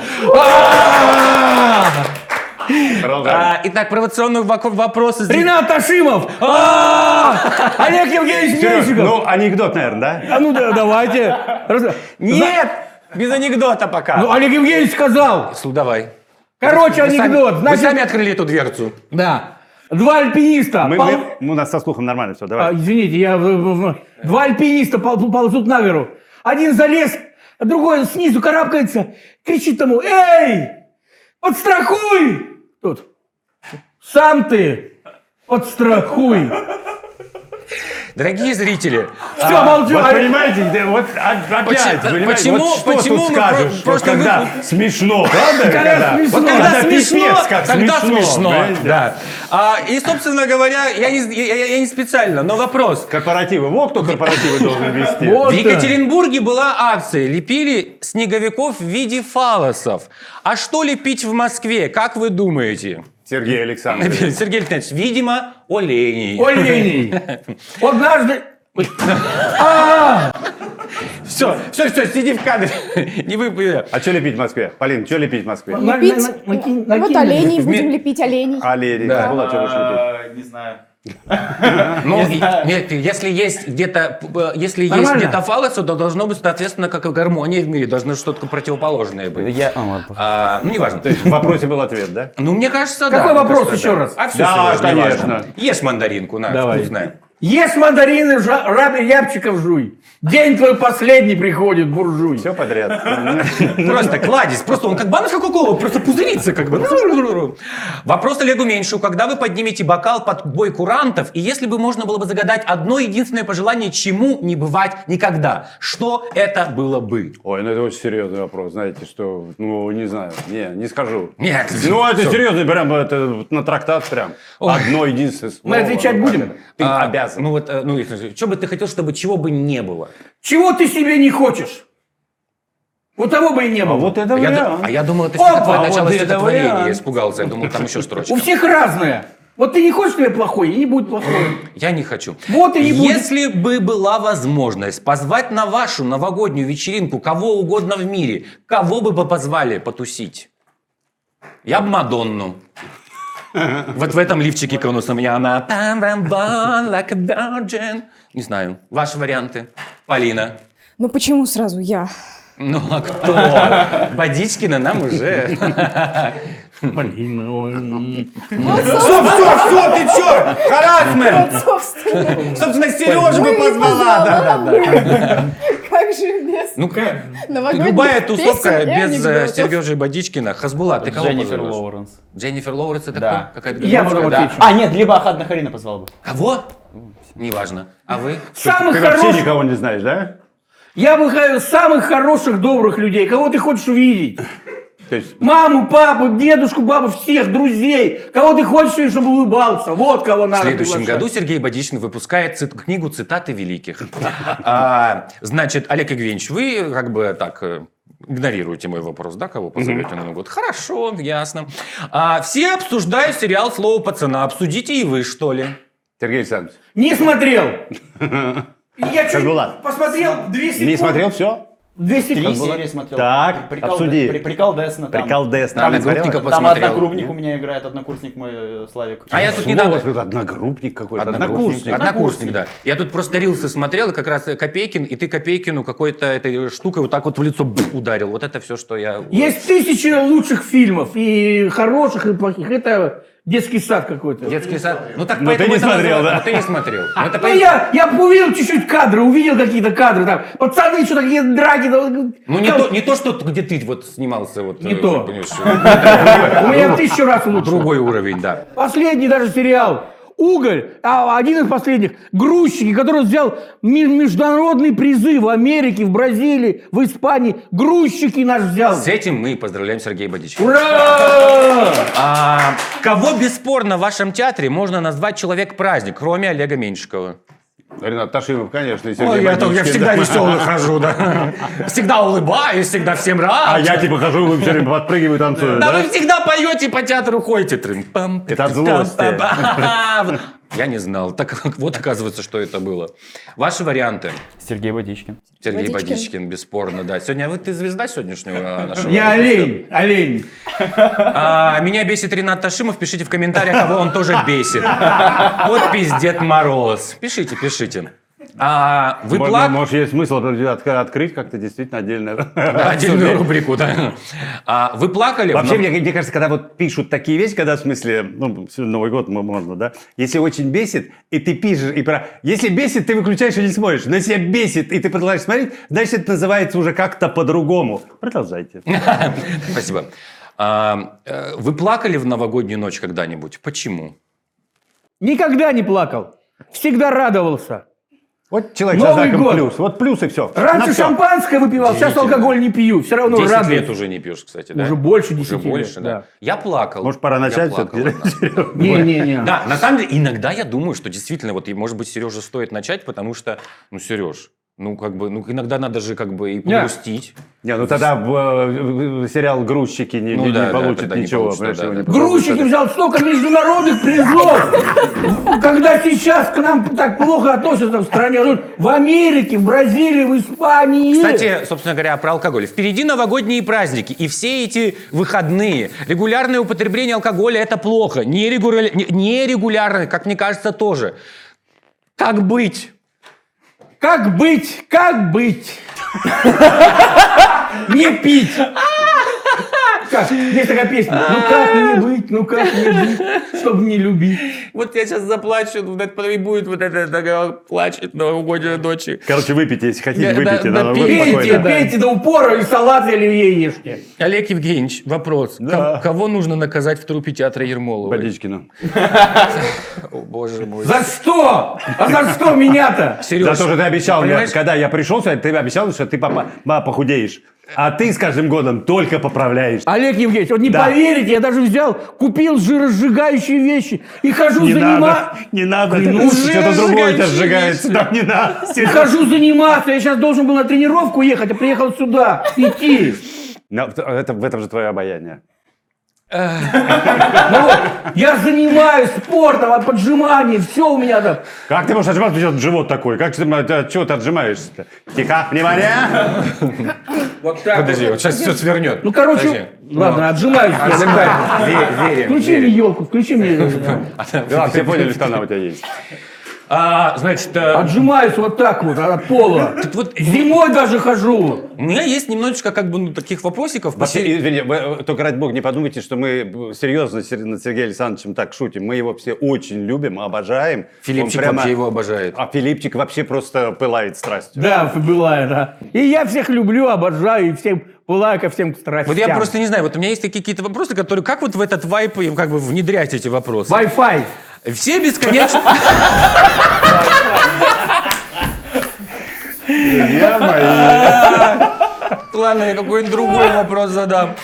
Speaker 2: А, Итак, провокационный вок- вопрос. из-
Speaker 11: Ренат Ашимов! А! Олег Евгеньевич
Speaker 3: Серёж,
Speaker 11: Меньшиков!
Speaker 3: ну, анекдот, наверное, да?
Speaker 11: А ну да, давайте. Раз-
Speaker 2: Нет! Без анекдота пока.
Speaker 11: Ну, Олег Евгеньевич сказал.
Speaker 2: Слу, давай.
Speaker 11: Короче,
Speaker 2: Вы сами-
Speaker 11: анекдот.
Speaker 2: Вы
Speaker 11: Значит,
Speaker 2: сами открыли эту дверцу.
Speaker 11: да. Два альпиниста.
Speaker 3: Мы,
Speaker 11: пол-
Speaker 3: мы- ну, у нас со слухом нормально все,
Speaker 11: А,
Speaker 3: давай.
Speaker 11: извините, я... в- в- в- Два альпиниста пол- ползут на гору. Один залез, а другой снизу карабкается, кричит тому, «Эй, подстрахуй!» Тут. Сам ты подстрахуй.
Speaker 2: Дорогие зрители,
Speaker 11: Все, молчу.
Speaker 3: Вот
Speaker 11: А-
Speaker 3: понимаете, да, вот о- опять,
Speaker 2: Почему-
Speaker 3: понимаете,
Speaker 2: почему-
Speaker 3: вот что
Speaker 2: почему
Speaker 3: тут
Speaker 2: мы про-
Speaker 3: скажешь,
Speaker 2: просто
Speaker 3: вот когда
Speaker 2: вы-
Speaker 3: смешно, правда?
Speaker 11: Когда смешно.
Speaker 2: Вот когда
Speaker 3: Это
Speaker 2: смешно,
Speaker 3: пипец, как
Speaker 2: тогда
Speaker 3: смешно,
Speaker 2: смешно.
Speaker 3: понимаете?
Speaker 2: да. А, и, собственно говоря, я не, я- я- я не специально, но вопрос.
Speaker 3: Корпоративы, вот кто корпоративы должен вести.
Speaker 11: Вот.
Speaker 2: В
Speaker 11: да.
Speaker 2: Екатеринбурге была акция. Лепили снеговиков в виде фалосов. А что лепить в Москве, как вы думаете?
Speaker 3: Сергей Александрович.
Speaker 2: Сергей Леонидович, видимо, оленей.
Speaker 11: Оленей. Однажды... А!
Speaker 2: Все, все, все, сиди в камере. Не вы...
Speaker 3: А что лепить в Москве? Полин, что лепить в Москве?
Speaker 11: на-
Speaker 13: Лепить? Ну
Speaker 11: на- накинь-
Speaker 13: Вот
Speaker 11: накинь.
Speaker 13: оленей, будем лепить оленей.
Speaker 3: Олени, да. было что лепить.
Speaker 4: Не знаю.
Speaker 2: Ну, и- нет, если есть где-то, п- э, если есть
Speaker 11: Нормально.
Speaker 2: где-то фалосы, то должно быть, соответственно, как и гармония в мире, должно что-то противоположное быть. А, ну, неважно.
Speaker 3: То есть в вопросе был ответ, да?
Speaker 2: Ну, мне кажется, да.
Speaker 11: Какой
Speaker 2: мне
Speaker 11: вопрос
Speaker 2: кажется,
Speaker 11: еще
Speaker 2: да.
Speaker 11: раз?
Speaker 2: А все
Speaker 3: Да,
Speaker 2: сегодня
Speaker 3: конечно.
Speaker 2: важно. Ешь мандаринку, на,
Speaker 11: Давай.
Speaker 2: вкусная.
Speaker 11: Есть мандарины, жа- раб- рябчиков жуй. День твой последний приходит, буржуй.
Speaker 3: Все подряд.
Speaker 2: Просто кладезь, просто он как баночка кока просто пузырится как бы. Вопрос Олегу Меньшу. Когда вы поднимете бокал под бой курантов, и если бы можно было бы загадать одно единственное пожелание, чему не бывать никогда, что это было бы?
Speaker 3: Ой, ну это очень серьезный вопрос, знаете, что, ну, не знаю, не, не скажу.
Speaker 2: Нет.
Speaker 3: Ну, это
Speaker 2: Всё.
Speaker 3: серьезно, прям, это вот на трактат прям.
Speaker 2: Ой.
Speaker 3: Одно единственное слово.
Speaker 11: Мы отвечать
Speaker 3: Ну,
Speaker 11: будем?
Speaker 3: как-то. Ты
Speaker 2: А,
Speaker 3: обязан.
Speaker 2: Ну вот, э, ну, что бы ты хотел, чтобы чего бы не было?
Speaker 11: Чего ты себе не хочешь? Вот того бы и не
Speaker 3: а
Speaker 11: было.
Speaker 3: вот это
Speaker 2: А я, ду-
Speaker 3: вариант.
Speaker 2: а я думал, это
Speaker 11: Опа,
Speaker 2: стихотворение,
Speaker 11: а вот
Speaker 2: начало
Speaker 11: это
Speaker 2: стихотворения. Я
Speaker 11: вариант.
Speaker 2: испугался, я думал, там еще
Speaker 11: У
Speaker 2: строчка.
Speaker 11: всех разное. Вот ты не хочешь, чтобы я плохой, и не будет плохой.
Speaker 2: Я не хочу.
Speaker 11: Вот и не будет.
Speaker 2: Если бы была возможность позвать на вашу новогоднюю вечеринку кого угодно в мире, кого бы вы позвали потусить? Я бы Мадонну. Вот в этом лифчике конусом я она. Пам-пам-пам, like a virgin. Не знаю. Ваши варианты. Полина.
Speaker 13: Ну почему сразу я?
Speaker 2: Ну а кто? Бодичкина нам уже.
Speaker 11: Блин,
Speaker 3: Стоп, стоп, стоп, ты чё? Харасмент! Собственно, Сережу бы позвала. да, да, да.
Speaker 13: Как же без
Speaker 2: Ну, как-
Speaker 13: новогодних
Speaker 2: любая тусовка
Speaker 13: песен и
Speaker 2: без э,
Speaker 13: анекдотов?
Speaker 2: Сережи Бодичкина. Хазбулат, ты кого
Speaker 14: Дженнифер
Speaker 2: позовёшь?
Speaker 14: Лоуренс.
Speaker 2: Дженнифер Лоуренс это
Speaker 14: Да.
Speaker 2: кто? Какая-то
Speaker 14: Я
Speaker 2: девушка,
Speaker 14: потом
Speaker 2: да?
Speaker 14: отвечу. А, нет, либо Ахад Нахарина позвал бы.
Speaker 2: Кого? А Неважно. А вы?
Speaker 11: Самых Ты вообще хороших- никого
Speaker 3: не знаешь, да?
Speaker 11: Я выхожу самых хороших, добрых людей, кого ты хочешь увидеть. Маму, папу, дедушку, бабу, всех друзей, кого ты хочешь, чтобы улыбался. Вот кого
Speaker 2: В
Speaker 11: надо.
Speaker 2: следующем
Speaker 11: приглашать.
Speaker 2: году Сергей Бодичин выпускает цит- книгу «Цитаты великих». А, Значит, Олег Игоревич, вы как бы так э, игнорируете мой вопрос, да, кого позовете
Speaker 14: Мгм.
Speaker 2: на Новый год? Хорошо, ясно. А, Все обсуждают сериал «Слово пацана». Обсудите и вы, что ли?
Speaker 3: Сергей Александрович.
Speaker 11: Не смотрел. Я чуть
Speaker 3: Хазбулат.
Speaker 11: посмотрел две секунды.
Speaker 3: Не смотрел все?
Speaker 11: 200
Speaker 14: Три серии смотрел.
Speaker 3: Так,
Speaker 14: Прикол-
Speaker 3: обсуди.
Speaker 14: при- Прикол Десна там.
Speaker 3: Прикол Десна.
Speaker 14: Там
Speaker 3: Она Крупника
Speaker 14: Там
Speaker 3: посмотрела.
Speaker 14: одногруппник у меня играет, однокурсник мой э, Славик.
Speaker 2: Слово А недавно-
Speaker 3: Одногруппник какой-то.
Speaker 2: Однокурсник. Однокурсник, да. Я тут просто рилсы смотрел, и как раз э, Копейкин, и ты Копейкину какой-то этой штукой вот так вот в лицо бф, ударил. Вот это все, что я...
Speaker 11: Есть тысячи лучших фильмов, и хороших, и плохих. Это детский сад какой-то.
Speaker 2: Детский сад. Ну так
Speaker 11: Но
Speaker 2: поэтому
Speaker 11: ты не
Speaker 2: это
Speaker 11: смотрел,
Speaker 2: называется-
Speaker 11: да?
Speaker 2: Ну, Ты не смотрел. Ну, это
Speaker 11: Ну,
Speaker 2: поэтому-
Speaker 11: я, я увидел чуть-чуть кадры, увидел какие-то кадры там. Пацаны, что такие драки. там,
Speaker 2: Ну не
Speaker 11: там-
Speaker 2: то, не то, что т- где ты вот снимался. Вот,
Speaker 11: Не
Speaker 2: э,
Speaker 11: то.
Speaker 2: понимаешь,
Speaker 11: У меня в тысячу раз лучше.
Speaker 2: Другой уровень, да.
Speaker 11: Последний даже сериал. Уголь, а, один из последних, грузчики, который взял ми- международный призы в Америке, в Бразилии, в Испании. Грузчики наш взял.
Speaker 2: С этим мы поздравляем Сергея Бодичкина.
Speaker 11: Ура!
Speaker 2: А, кого бесспорно в вашем театре можно назвать человек-праздник, кроме Олега Меньшикова?
Speaker 3: Ренат Ташимов, конечно, и
Speaker 2: Ой,
Speaker 3: Сергей
Speaker 2: я, то- я
Speaker 3: Бодичкин,
Speaker 2: всегда
Speaker 3: да.
Speaker 2: веселый хожу, да. Всегда улыбаюсь, всегда всем рад.
Speaker 3: А я типа хожу, вы все время подпрыгиваю, танцую,
Speaker 2: Да
Speaker 3: да?
Speaker 2: вы всегда поете по театру ходите. Трым, пам,
Speaker 3: Это от
Speaker 2: пам,
Speaker 3: злости.
Speaker 2: пам, пам. Я не знал. Так вот оказывается, что это было. Ваши варианты.
Speaker 14: Сергей Водичкин.
Speaker 2: Сергей
Speaker 14: Водичкин.
Speaker 2: Бодичкин, бесспорно, да. Сегодня вы ты звезда сегодняшнего э, нашего.
Speaker 11: Я олень, олень.
Speaker 2: А, меня бесит Ренат Ташимов. Пишите в комментариях, кого он тоже бесит. Подпись Дед Мороз. Пишите, пишите. А, вы
Speaker 3: Можно,
Speaker 2: плак-
Speaker 3: Может, есть смысл вроде, от- открыть как-то действительно отдельно.
Speaker 2: Отдельную рубрику, да. А, вы плакали? в
Speaker 3: Вообще,
Speaker 2: нов-
Speaker 3: мне, мне кажется, когда вот пишут такие вещи, когда в смысле, ну, всё, Новый год м- можно, да, если очень бесит, и ты пишешь, и про... Если бесит, ты выключаешь и не смотришь, но если тебя бесит, и ты продолжаешь смотреть, значит, это называется уже как-то по-другому. Продолжайте.
Speaker 2: Спасибо. А, э, вы плакали в новогоднюю ночь когда-нибудь? Почему?
Speaker 11: Никогда не плакал. Всегда радовался.
Speaker 3: Вот человек
Speaker 11: Новый
Speaker 3: со знаком
Speaker 11: год.
Speaker 3: плюс. Вот плюс и все.
Speaker 11: Раньше шампанское выпивал, сейчас
Speaker 2: Удивительно.
Speaker 11: алкоголь не пью. Все
Speaker 3: Ну,
Speaker 11: равно
Speaker 2: 10
Speaker 11: радуюсь.
Speaker 2: лет уже не пьешь, кстати, да?
Speaker 11: Уже больше 10
Speaker 2: Уже
Speaker 11: лет,
Speaker 2: больше, да.
Speaker 11: да.
Speaker 2: Я плакал. Может,
Speaker 3: пора начать
Speaker 11: Не-не-не.
Speaker 2: Да, на самом деле, иногда я думаю, что действительно, вот, и, может быть, Сережа стоит начать, потому что, ну, Сереж, ну, как бы, ну, иногда надо же, как бы, и погрустить.
Speaker 3: Не, ну тогда э, э, сериал «Грузчики» не,
Speaker 2: Ну
Speaker 3: не- не
Speaker 2: да, да,
Speaker 3: получит
Speaker 2: тогда не
Speaker 3: ничего.
Speaker 2: получится,
Speaker 3: понимаешь,
Speaker 2: да,
Speaker 3: его не
Speaker 2: да.
Speaker 3: получит.
Speaker 11: Грузчики взял столько международных призов. Когда сейчас к нам так плохо относятся в стране, ну, в Америке, в Бразилии, в Испании.
Speaker 2: Кстати, собственно говоря, про алкоголь. Впереди новогодние праздники, и все эти выходные. Регулярное употребление алкоголя – это плохо. Нерегуля- не- Нерегулярное, как мне кажется, тоже. Как быть?
Speaker 11: Как быть? Как быть? Не пить. Как? Есть такая песня. Ну как мне быть? Ну как мне быть, чтобы не любить?
Speaker 2: Вот я сейчас заплачу, вот это и будет вот это, такая плачет новогодней ночи.
Speaker 3: Короче, выпейте, если
Speaker 2: Да,
Speaker 3: хотите,
Speaker 2: да, да,
Speaker 3: выпейте. на Новый год
Speaker 11: Пейте,
Speaker 3: спокойно.
Speaker 11: пейте до упора и салат или оливье ешьте.
Speaker 2: Олег Евгеньевич, вопрос. Ко- кого нужно наказать в трупе театра Ермолова?
Speaker 3: ну.
Speaker 2: Бодичкина. О, боже мой.
Speaker 11: За что? А за что меня-то?
Speaker 3: За то, что ты обещал мне,
Speaker 2: понимаешь?
Speaker 3: когда я пришел сюда, ты обещал, что ты попа- ба, похудеешь. А ты с каждым годом только поправляешь.
Speaker 11: Олег Евгеньевич, вот не
Speaker 3: Да.
Speaker 11: поверите, я даже взял, купил жиросжигающие вещи и хожу
Speaker 3: Не
Speaker 11: заниматься.
Speaker 3: надо, не надо, это что-то другое у тебя сжигается, да, не надо.
Speaker 11: И хожу заниматься, я сейчас должен был на тренировку ехать, а приехал сюда, идти.
Speaker 3: Но это, в этом же твое обаяние.
Speaker 11: Ну вот, я занимаюсь спортом, от поджиманий, все у меня там.
Speaker 3: Как ты можешь отжиматься, причем живот такой? Как ты, от- от чего ты отжимаешься-то? Тихо, внимание!
Speaker 11: Вот так.
Speaker 2: Подожди, вот сейчас все свернет.
Speaker 11: Ну, короче, а,
Speaker 2: Подожди.
Speaker 11: ладно,
Speaker 2: Ну. а,
Speaker 11: отжимаюсь. я такая.
Speaker 2: Ве- верим,
Speaker 11: Включи мне
Speaker 2: верим.
Speaker 11: елку, включи мне.
Speaker 3: Да, все поняли, что она у тебя есть.
Speaker 2: А, значит...
Speaker 11: Отжимаюсь вот так вот от пола.
Speaker 2: вот
Speaker 11: Зимой даже хожу.
Speaker 2: У меня есть немножечко как бы ну, таких вопросиков. по
Speaker 3: Вообще,
Speaker 2: серии.
Speaker 3: извини, вы, э, только ради бога, не подумайте, что мы б, серьезно Сер- над Сергеем Александровичем так шутим. Мы его все очень любим, обожаем.
Speaker 2: Филиппчик
Speaker 3: Он
Speaker 2: вообще его обожает.
Speaker 3: А Филиппчик вообще просто пылает страстью.
Speaker 11: Да, бывает, да. И я всех люблю, обожаю, и всем пылаю ко всем страстям.
Speaker 2: Вот я просто не знаю, вот у меня есть такие какие-то вопросы, которые как вот в этот вайп им как бы внедрять эти вопросы?
Speaker 11: Wi-Fi.
Speaker 2: Все бесконечно... Ладно, я какой-нибудь другой вопрос задам.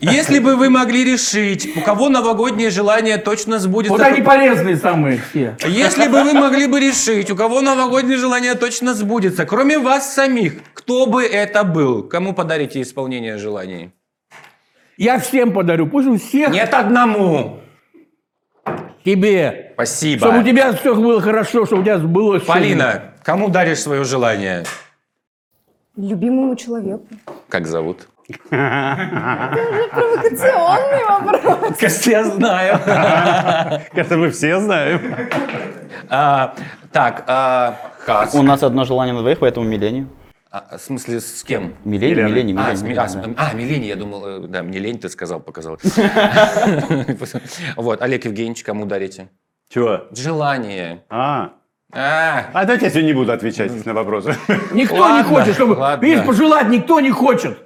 Speaker 2: Если бы вы могли решить, у кого новогоднее желание точно сбудется...
Speaker 11: Вот они полезные самые все.
Speaker 2: Если бы вы могли бы решить, у кого новогоднее желание точно сбудется, кроме вас самих, кто бы это был? Кому подарите исполнение желаний?
Speaker 11: Я всем подарю, пусть у всех...
Speaker 2: Нет одному.
Speaker 11: Тебе.
Speaker 2: Спасибо.
Speaker 11: Чтобы у тебя все было хорошо, чтобы у тебя сбылось. всё.
Speaker 2: Полина, кому даришь свое желание?
Speaker 13: Любимому человеку.
Speaker 2: Как зовут?
Speaker 13: Провокационный вопрос.
Speaker 2: Кажется, я знаю.
Speaker 3: Кажется, мы все знаем.
Speaker 2: А, Так, а, Хас.
Speaker 14: У нас одно желание на двоих, поэтому миление.
Speaker 2: А, В смысле, с кем?
Speaker 14: Милени, Милена. Милени,
Speaker 2: А,
Speaker 14: Милени,
Speaker 2: с Ми- а, с-
Speaker 14: да.
Speaker 2: а, Милени, я думал, э, да, мне лень ты сказал, показал. Вот, Олег Евгеньевич, кому дарите?
Speaker 3: Чего?
Speaker 2: Желание.
Speaker 3: А.
Speaker 2: А,
Speaker 3: А давайте я сегодня не буду отвечать на вопросы.
Speaker 11: Никто не
Speaker 2: Ладно,
Speaker 11: хочет, чтобы...
Speaker 2: ладно.
Speaker 11: Видишь, пожелать никто не хочет.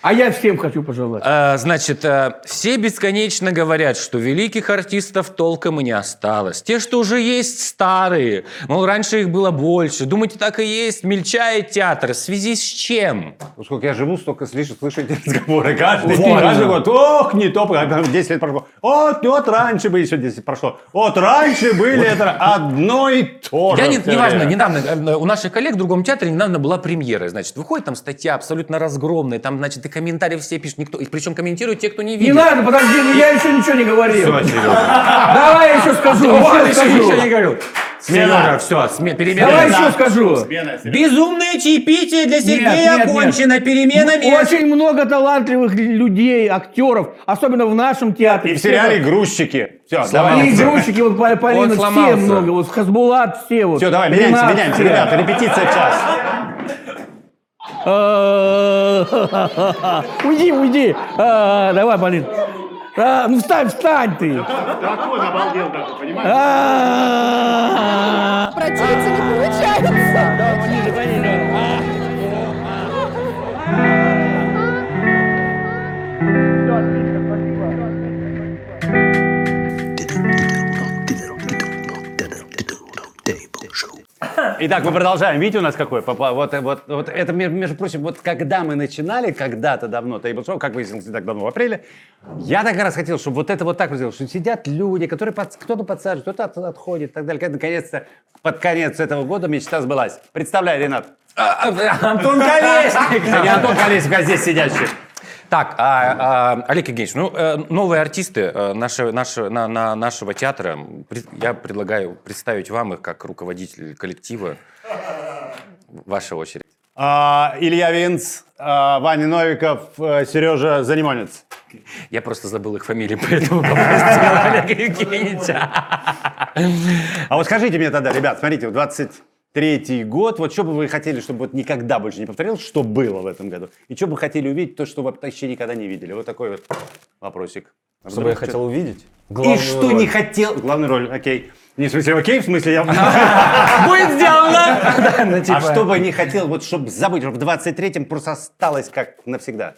Speaker 11: А я всем хочу пожелать.
Speaker 2: А, Значит, а, все бесконечно говорят, что великих артистов толком и не осталось. Те, что уже есть, старые. Мол, раньше их было больше. Думаете, так и есть? Мельчает театр. В связи с чем?
Speaker 3: Сколько я живу, столько слышу, слышу эти разговоры. Каждый,
Speaker 2: Вот
Speaker 3: день,
Speaker 2: именно.
Speaker 3: каждый год. Ох, не то. а потом 10 лет прошло. Вот, вот раньше бы еще 10 прошло. Вот раньше были это одно и то же.
Speaker 2: Я не,
Speaker 3: всё
Speaker 2: неважно,
Speaker 3: время.
Speaker 2: недавно э, у наших коллег в другом театре недавно была премьера, значит, выходит там статья абсолютно разгромная, там, значит, и комментарии все пишут, никто, и причем комментируют те, кто не
Speaker 11: Не
Speaker 2: видел.
Speaker 11: надо, подожди, ну я еще ничего не говорил.
Speaker 2: Всё, Серёга.
Speaker 11: Давай я еще скажу,
Speaker 2: Вот,
Speaker 11: еще
Speaker 2: еще
Speaker 11: скажу.
Speaker 2: ничего не говорил. Сережа, все, сме- перемена.
Speaker 11: Давай еще скажу.
Speaker 2: Безумное чаепитие для
Speaker 11: Нет,
Speaker 2: Сергея
Speaker 11: нет,
Speaker 2: окончено.
Speaker 11: нет.
Speaker 2: Перемена
Speaker 11: Ну,
Speaker 2: мест.
Speaker 11: Очень много талантливых людей, актеров, особенно в нашем театре.
Speaker 3: И в сериале «Грузчики». Все,
Speaker 11: И грузчики, вот Пол- Полина, все
Speaker 3: сломался.
Speaker 11: много, вот Хасбулат, все вот.
Speaker 3: Все, давай, меняемся,
Speaker 11: Ренат,
Speaker 3: меняемся,
Speaker 11: все.
Speaker 3: ребята, репетиция в час.
Speaker 11: А, Уйди, уйди. А, Давай, Полин. А, Ну встань, встань ты.
Speaker 3: Дракон обалдел даже,
Speaker 11: А.
Speaker 13: Противиться не получается.
Speaker 3: Итак, мы продолжаем. Видите, у нас какой? попа- Вот, вот, вот это, мер- между прочим, вот когда мы начинали когда-то давно Тейбл Шоу, как выяснилось, не так давно, в апреле, я так раз хотел, чтобы вот это вот так вот сделал, что сидят люди, которые под- кто-то подсаживает, кто-то от- отходит и так далее. Когда, Наконец-то, под конец этого года мечта сбылась. Представляй, Ренат.
Speaker 2: Антон
Speaker 3: Кстати, Антон Колесник, а здесь сидящий.
Speaker 2: Так, а, а, Олег Евгеньевич, ну, э, новые артисты э, наши- наши- на- на- нашего театра, м, пред- я предлагаю представить вам их как руководитель коллектива. Ваша очередь.
Speaker 3: А, Илья Винц, а, Ваня Новиков, а, Сережа Занимонец.
Speaker 2: Я просто забыл их фамилии, поэтому попросил Олега Евгеньевича.
Speaker 3: А вот скажите мне тогда, ребят, смотрите, в 23-й год, вот что бы вы хотели, чтобы вот никогда больше не повторилось, что было в этом году? И что бы вы хотели увидеть, то, что вы вообще никогда не видели? Вот такой вот вопросик.
Speaker 6: Что бы я хотел увидеть?
Speaker 3: И что не хотел... Главную роль, окей. Не в смысле окей, в смысле
Speaker 6: А,
Speaker 3: я...
Speaker 2: Будет
Speaker 6: ну,
Speaker 2: сделано!
Speaker 6: типа.
Speaker 3: А что бы не хотел, вот чтобы забыть, чтобы в 23-м просто осталось как навсегда?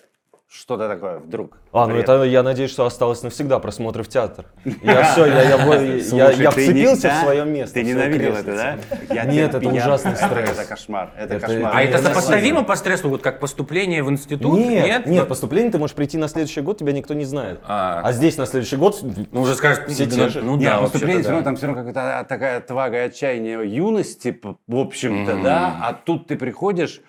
Speaker 3: Что-то такое вдруг.
Speaker 6: А, ну
Speaker 3: Бред.
Speaker 6: это, я надеюсь, что осталось навсегда просмотры в театр. Я все, я, я, во- я- я,
Speaker 3: Слушай, ты
Speaker 6: вцепился
Speaker 3: никогда-
Speaker 6: в свое место.
Speaker 3: Ты
Speaker 6: в свою
Speaker 3: ненавидел это,
Speaker 6: креслице.
Speaker 3: да? Я
Speaker 6: Нет, это
Speaker 3: терпеть-
Speaker 6: ужасный
Speaker 3: Это
Speaker 6: стресс.
Speaker 3: кошмар, это
Speaker 6: Это-
Speaker 3: кошмар.
Speaker 2: А это
Speaker 6: Я
Speaker 2: сопоставимо по стрессу, вот как поступление в институт?
Speaker 6: Нет, нет,
Speaker 2: Нет?
Speaker 6: поступление ты можешь прийти на следующий год, тебя никто не знает.
Speaker 2: А.
Speaker 6: А здесь на следующий год
Speaker 2: Ну, уже скажут,
Speaker 6: все
Speaker 2: ну,
Speaker 6: те
Speaker 2: ну,
Speaker 6: же.
Speaker 2: ну,
Speaker 3: Не,
Speaker 2: да,
Speaker 3: а выступление
Speaker 2: вообще-то
Speaker 3: все равно
Speaker 2: да.
Speaker 3: там все равно какая-то такая твага и отчаяние юности, п- в общем-то, да. А тут ты а приходишь,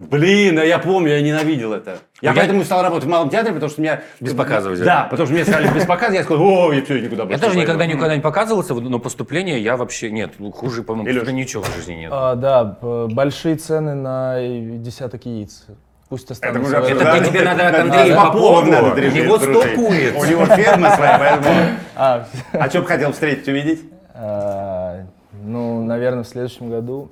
Speaker 3: Блин, а я помню, я ненавидел это. Я
Speaker 2: Ну, Я-
Speaker 3: поэтому и стал работать в малом театре, потому что меня...
Speaker 2: Без показа взяли.
Speaker 3: Да, потому что мне сказали без показа, я сказал, о, я все, никуда
Speaker 2: Я
Speaker 3: больше
Speaker 2: тоже
Speaker 3: не
Speaker 2: никогда
Speaker 3: пойду».
Speaker 2: никуда не показывался, вот, но поступление я вообще... Нет, ну, хуже, по-моему, поступления ничего в жизни нет.
Speaker 15: А, да, б- большие цены на десяток яиц. Пусть останутся.
Speaker 2: мы
Speaker 15: в
Speaker 2: уже
Speaker 15: этом.
Speaker 2: обсуждали. Это тебе надо от Андрея Попова. У него сто
Speaker 15: дружить.
Speaker 2: куриц.
Speaker 3: У него ферма своя, поэтому...
Speaker 15: А,
Speaker 3: А что бы хотел встретить, увидеть?
Speaker 15: а, ну, наверное, в следующем году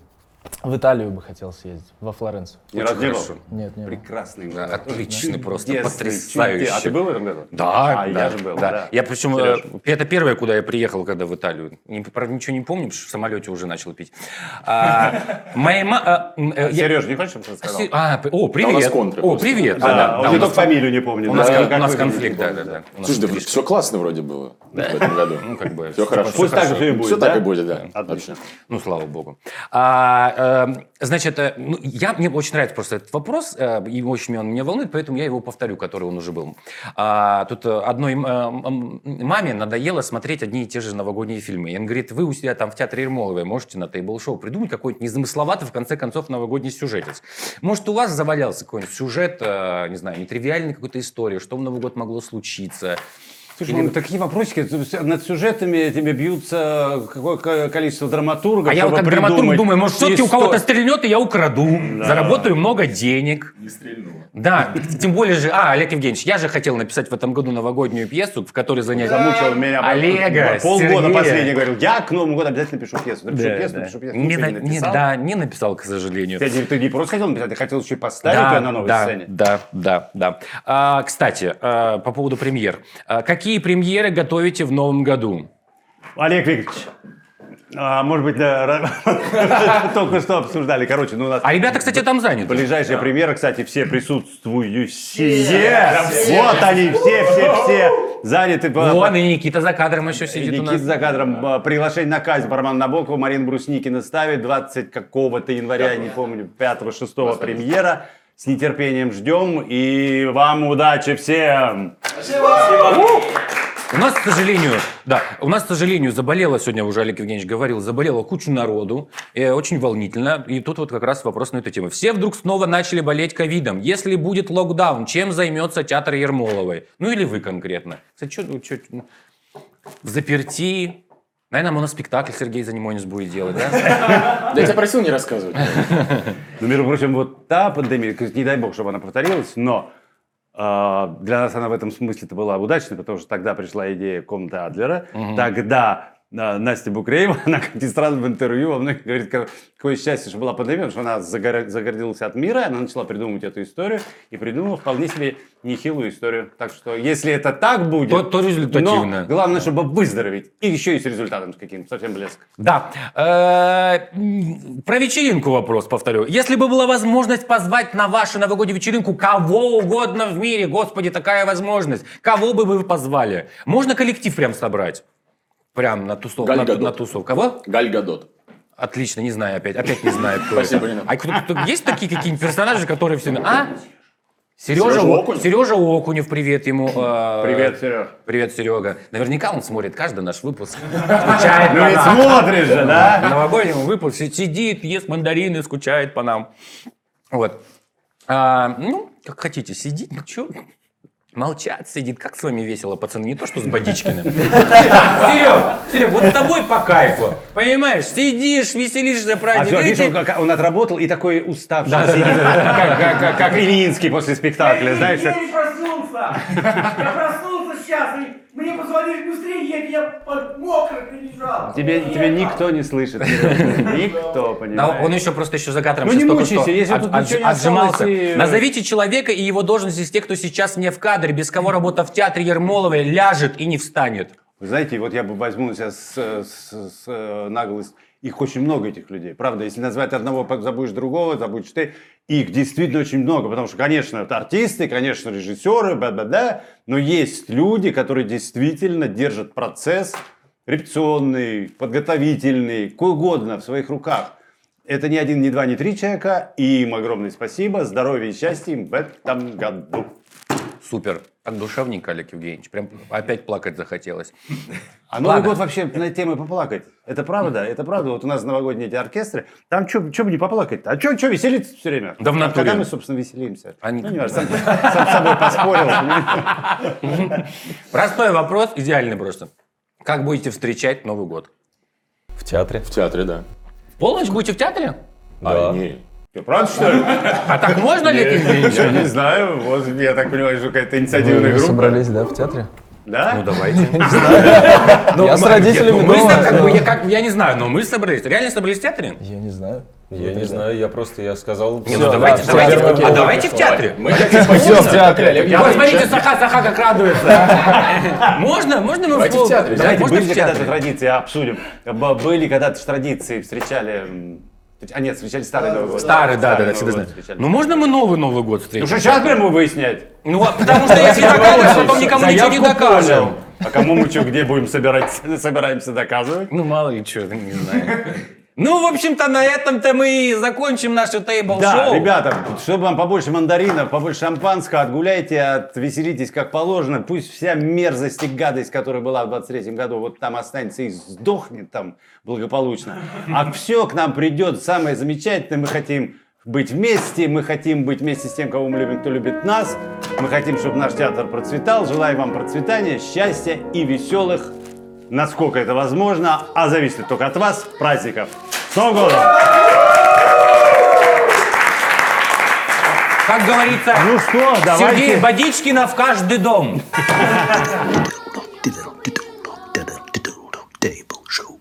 Speaker 15: в Italian бы хотел съездить, во Флоренцию.
Speaker 3: Ни разу не был?
Speaker 15: Нет, не был.
Speaker 3: Прекрасный
Speaker 2: Да,
Speaker 3: город.
Speaker 2: Отлично Ну, просто,
Speaker 3: Чудесный,
Speaker 2: потрясающе.
Speaker 3: чудес- А ты был в этом году?
Speaker 2: Да,
Speaker 3: А,
Speaker 2: да,
Speaker 3: я же был,
Speaker 2: да.
Speaker 3: да.
Speaker 2: Я причем, э,
Speaker 3: Серёж.
Speaker 2: это первое, куда я приехал, когда в Италию. Не- правда, ничего не помню, потому что в самолете уже начал пить. А, Моя ма... э,
Speaker 3: Серёж, не хочешь, чтобы ты сказал?
Speaker 2: А, п- о,
Speaker 3: Да у нас
Speaker 2: привет.
Speaker 3: контры
Speaker 2: О,
Speaker 3: просто.
Speaker 2: привет.
Speaker 3: Да, он
Speaker 2: у
Speaker 3: мне
Speaker 2: нас
Speaker 3: А, только фамилию не помнит,
Speaker 2: У нас
Speaker 3: да,
Speaker 2: кон-
Speaker 3: как
Speaker 2: у нас
Speaker 3: выглядит,
Speaker 2: конфликт,
Speaker 3: не
Speaker 2: да, да,
Speaker 3: помню,
Speaker 2: да.
Speaker 3: да.
Speaker 2: У нас
Speaker 16: Слушай, да
Speaker 2: конфликт.
Speaker 16: все классно вроде было в этом году.
Speaker 2: Ну, как бы...
Speaker 16: Все хорошо.
Speaker 2: Пусть так же и будет,
Speaker 16: Все так
Speaker 2: да?
Speaker 16: и будет, да.
Speaker 2: Отлично. Ну, слава богу. А, эм, значит, э, ну, я, мне очень нравится просто этот вопрос, э, и очень он меня волнует, поэтому я его повторю, который он уже был. А, тут э, одной м- м- м- маме надоело смотреть одни и те же новогодние фильмы. И он говорит, вы у себя там в театре Ермоловой можете на тейбл-шоу придумать какой-нибудь незамысловатый, в конце концов, новогодний сюжетец. Может, у вас завалялся какой-нибудь сюжет, э, не знаю, нетривиальный какой-то истории, что в Новый год могло случиться?
Speaker 3: Слушай,
Speaker 2: Или-
Speaker 3: ну, такие вопросики, это всё- над сюжетами тебе бьются какое ко- количество драматургов,
Speaker 2: А я вот
Speaker 3: чтобы
Speaker 2: как драматург
Speaker 3: придумать
Speaker 2: думаю, может, все-таки у
Speaker 3: историю.
Speaker 2: кого-то стрельнет, и я украду, заработаю много денег. Не стрельну. Да, тем более же... А, Олег Евгеньевич, я же хотел написать в этом году новогоднюю пьесу, в которой занять...
Speaker 3: Замучил меня
Speaker 2: Олега,
Speaker 3: полгода
Speaker 2: Сергея.
Speaker 3: последний говорил, я к Новому году обязательно пишу пьесу, напишу
Speaker 2: Да,
Speaker 3: пьесу,
Speaker 2: да.
Speaker 3: напишу пьесу.
Speaker 2: Не
Speaker 3: Ничего
Speaker 2: на-
Speaker 3: не
Speaker 2: не-
Speaker 3: написал.
Speaker 2: да, не написал, к сожалению.
Speaker 3: Ты, ты не просто хотел написать, ты хотел еще и поставить ее на новой
Speaker 2: да,
Speaker 3: сцене.
Speaker 2: Да, да, да. А, кстати, а, по поводу премьер. А, какие премьеры готовите в новом году?
Speaker 3: Олег Викторович, а, может быть, да, ра- только что обсуждали. Короче, ну у нас...
Speaker 2: А ребята, кстати, там заняты.
Speaker 3: Ближайшая премьера, кстати, все присутствующие.
Speaker 2: Все, все.
Speaker 3: Вот они, все, все, все заняты. по-
Speaker 2: Вон и Никита за кадром еще сидит
Speaker 3: Никита
Speaker 2: у нас.
Speaker 3: за кадром. Э, Приглашение на казнь Барман Набокова, Марина Брусникина ставит 20 какого-то января, я не помню, 5-6 премьера. С нетерпением ждем и вам удачи всем!
Speaker 2: У нас, к сожалению, да, у нас, к сожалению, заболела сегодня уже Олег Евгеньевич говорил, заболела куча народу, э, очень волнительно, и тут вот как раз вопрос на эту тему. Все вдруг снова начали болеть ковидом. Если будет локдаун, чем займется театр Ермоловой? Ну или вы конкретно? Кстати, что, ну, в заперти? Наверное, моноспектакль Сергей Занимонис будет делать, да?
Speaker 16: Да я тебя просил не рассказывать.
Speaker 3: Ну, между прочим, вот та пандемия, то есть не дай бог, чтобы она повторилась, но э, для нас она в этом смысле-то была удачной, потому что тогда пришла идея комнаты Адлера,
Speaker 16: Мгм.
Speaker 3: тогда э, Настя Букреева, она как ни странно в интервью во многих говорит, как- какое счастье, что была пандемия, потому что она загор- загордилась от мира, и она начала придумывать эту историю и придумала вполне себе нехилую историю. Так что, если это так будет,
Speaker 2: То- то результативно.
Speaker 3: но главное, чтобы выздороветь, и еще и с результатом с каким-то, совсем блеск.
Speaker 2: Да. Э, м, Про вечеринку вопрос повторю. Если бы была возможность позвать на вашу новогоднюю вечеринку кого угодно в мире, господи, такая возможность, кого бы вы позвали? Можно коллектив прям собрать? Прям на тусовку.
Speaker 16: Галь
Speaker 2: на,
Speaker 16: Гадот.
Speaker 2: на тусовку. Кого?
Speaker 16: Галь Гадот.
Speaker 2: Отлично, не знаю опять. Опять не знаю, кто это.
Speaker 16: Спасибо, не надо.
Speaker 2: А кто, кто- есть такие какие-нибудь персонажи, которые все... А? Сережа,
Speaker 16: Сережа
Speaker 2: О-
Speaker 16: Окунев.
Speaker 2: Сережа Окунев, привет ему. э,
Speaker 16: Привет, Сереж.
Speaker 2: Привет, Серега. Наверняка он смотрит каждый наш выпуск. Скучает
Speaker 3: Ну
Speaker 2: по
Speaker 3: ведь
Speaker 2: нам.
Speaker 3: смотришь же, да?
Speaker 2: На Новогоднем выпуске сидит, ест мандарины, скучает по нам. Вот. А, ну, как хотите, сидит, ну что? Молчат, сидит. Как с вами весело, пацаны, не то, что с Бодичкиным. Серег, Серег, вот с тобой по кайфу. Понимаешь, сидишь, веселишься,
Speaker 3: А
Speaker 2: праздник.
Speaker 3: всё, видишь,
Speaker 2: Эти-
Speaker 3: он, как- он отработал и такой уставший
Speaker 2: Да, да,
Speaker 3: сидит,
Speaker 2: да, да.
Speaker 3: как, как- как- как Ильинский после спектакля, знаешь.
Speaker 11: Я
Speaker 3: как-
Speaker 11: еле проснулся. Я проснулся сейчас, и мне позвонили быстрее, я, я под мокрый пережал.
Speaker 3: Тебе, тебя никто не слышит.
Speaker 2: Да,
Speaker 3: Никто, понимаешь.
Speaker 2: «Ну, он еще просто еще за кадром
Speaker 3: Ну,
Speaker 2: щас
Speaker 3: не
Speaker 2: только
Speaker 3: мучайся,
Speaker 2: что
Speaker 3: если
Speaker 2: от-
Speaker 3: тут
Speaker 2: от-
Speaker 3: ничего не
Speaker 2: отжимался.
Speaker 3: осталось, и-
Speaker 2: Назовите человека и его должность из тех, кто сейчас не в кадре, без кого работа в театре Ермоловой ляжет и не встанет.
Speaker 3: Вы знаете, вот я бы возьму на себя с, с- с, э, наглость. Их очень много, этих людей. Правда, если назвать одного, по- забудешь другого, забудешь ты. Их действительно очень много, потому что, конечно, это артисты, конечно, режиссеры, да-да-да, но есть люди, которые действительно держат процесс репетиционный, подготовительный, какой угодно в своих руках. Это не один, не два, не три человека, и им огромное спасибо, здоровья и счастья им в этом году.
Speaker 2: Супер. Так душевненько, Олег Евгеньевич. Прям опять плакать захотелось.
Speaker 3: А Новый
Speaker 2: Ладно.
Speaker 3: год вообще на темы поплакать. Это правда, это правда. Вот у нас новогодние эти оркестры, там что бы не поплакать-то? А что веселиться все время?
Speaker 2: Да в
Speaker 3: А
Speaker 2: натуре. А
Speaker 3: Когда мы, собственно, веселимся?
Speaker 2: Они-
Speaker 3: Ну, не важно, сам, сам с собой поспорил.
Speaker 2: Простой вопрос, идеальный просто. Как будете встречать Новый год?
Speaker 6: В театре.
Speaker 16: В театре, да.
Speaker 2: В Полночь будете в театре?
Speaker 16: Да. А, не.
Speaker 3: Ты правда, что ли?
Speaker 2: А так можно, Олег Евгеньевич?
Speaker 3: Я не знаю. Вот, я так понимаю, что какая-то инициативная
Speaker 15: Вы
Speaker 3: группа.
Speaker 15: собрались, да, в театре?
Speaker 3: Да? А
Speaker 2: Ну, давайте. Ну,
Speaker 15: Я с
Speaker 2: Марк,
Speaker 15: родителями
Speaker 2: нет, ну, мы
Speaker 15: дома.
Speaker 2: с- как бы,
Speaker 15: да.
Speaker 2: я, как, я не знаю, но мы собрались. Реально собрались в театре?
Speaker 15: Я не знаю.
Speaker 6: Я не знаю, я просто я сказал.
Speaker 2: Не, ну давайте, давайте, а давайте в театре.
Speaker 6: Мы
Speaker 2: Олег
Speaker 6: хотим
Speaker 2: Евгеньевич,
Speaker 6: пойти в театре, Олег
Speaker 2: Я- Вот
Speaker 6: Евгеньевич.
Speaker 2: смотрите, Саха, Саха как радуется. Можно, можно мы
Speaker 3: Давайте
Speaker 2: пол-
Speaker 3: в театре.
Speaker 2: Да,
Speaker 3: Давайте,
Speaker 2: можно
Speaker 3: были
Speaker 2: в
Speaker 3: ли когда-то
Speaker 2: театре?
Speaker 3: традиции, обсудим. Б- Были когда-то в традиции, встречали... м, А нет, встречали старый Новый год.
Speaker 2: Старый, да, да, да,
Speaker 3: Новый
Speaker 2: всегда
Speaker 3: год
Speaker 2: знаю.
Speaker 3: встречали.
Speaker 2: Ну можно мы новый Новый год встретим?
Speaker 3: Ну что, сейчас прямо будем выяснять?
Speaker 2: Ну, а потому что если докажешь, а потом никому ничего не
Speaker 3: Заявку
Speaker 2: докажем.
Speaker 3: понял. А кому мы что, где будем собирать, собираемся доказывать?
Speaker 2: Ну, мало ли что, не знаю. Ну, в общем-то, на этом-то мы и закончим наше тейбл-шоу.
Speaker 3: Да, ребята, чтобы вам побольше мандаринов, побольше шампанского, отгуляйте, отвеселитесь как положено. Пусть вся мерзость и гадость, которая была в 23 году, вот там останется и сдохнет там благополучно. А все к нам придет самое замечательное. Мы хотим быть вместе, мы хотим быть вместе с тем, кого мы любим, кто любит нас. Мы хотим, чтобы наш театр процветал. Желаю вам процветания, счастья и веселых, насколько это возможно, а зависит только от вас, праздников. С Новым годом!
Speaker 2: Как говорится,
Speaker 3: Ну что, давайте.
Speaker 2: Сергей Бодичкина в каждый дом.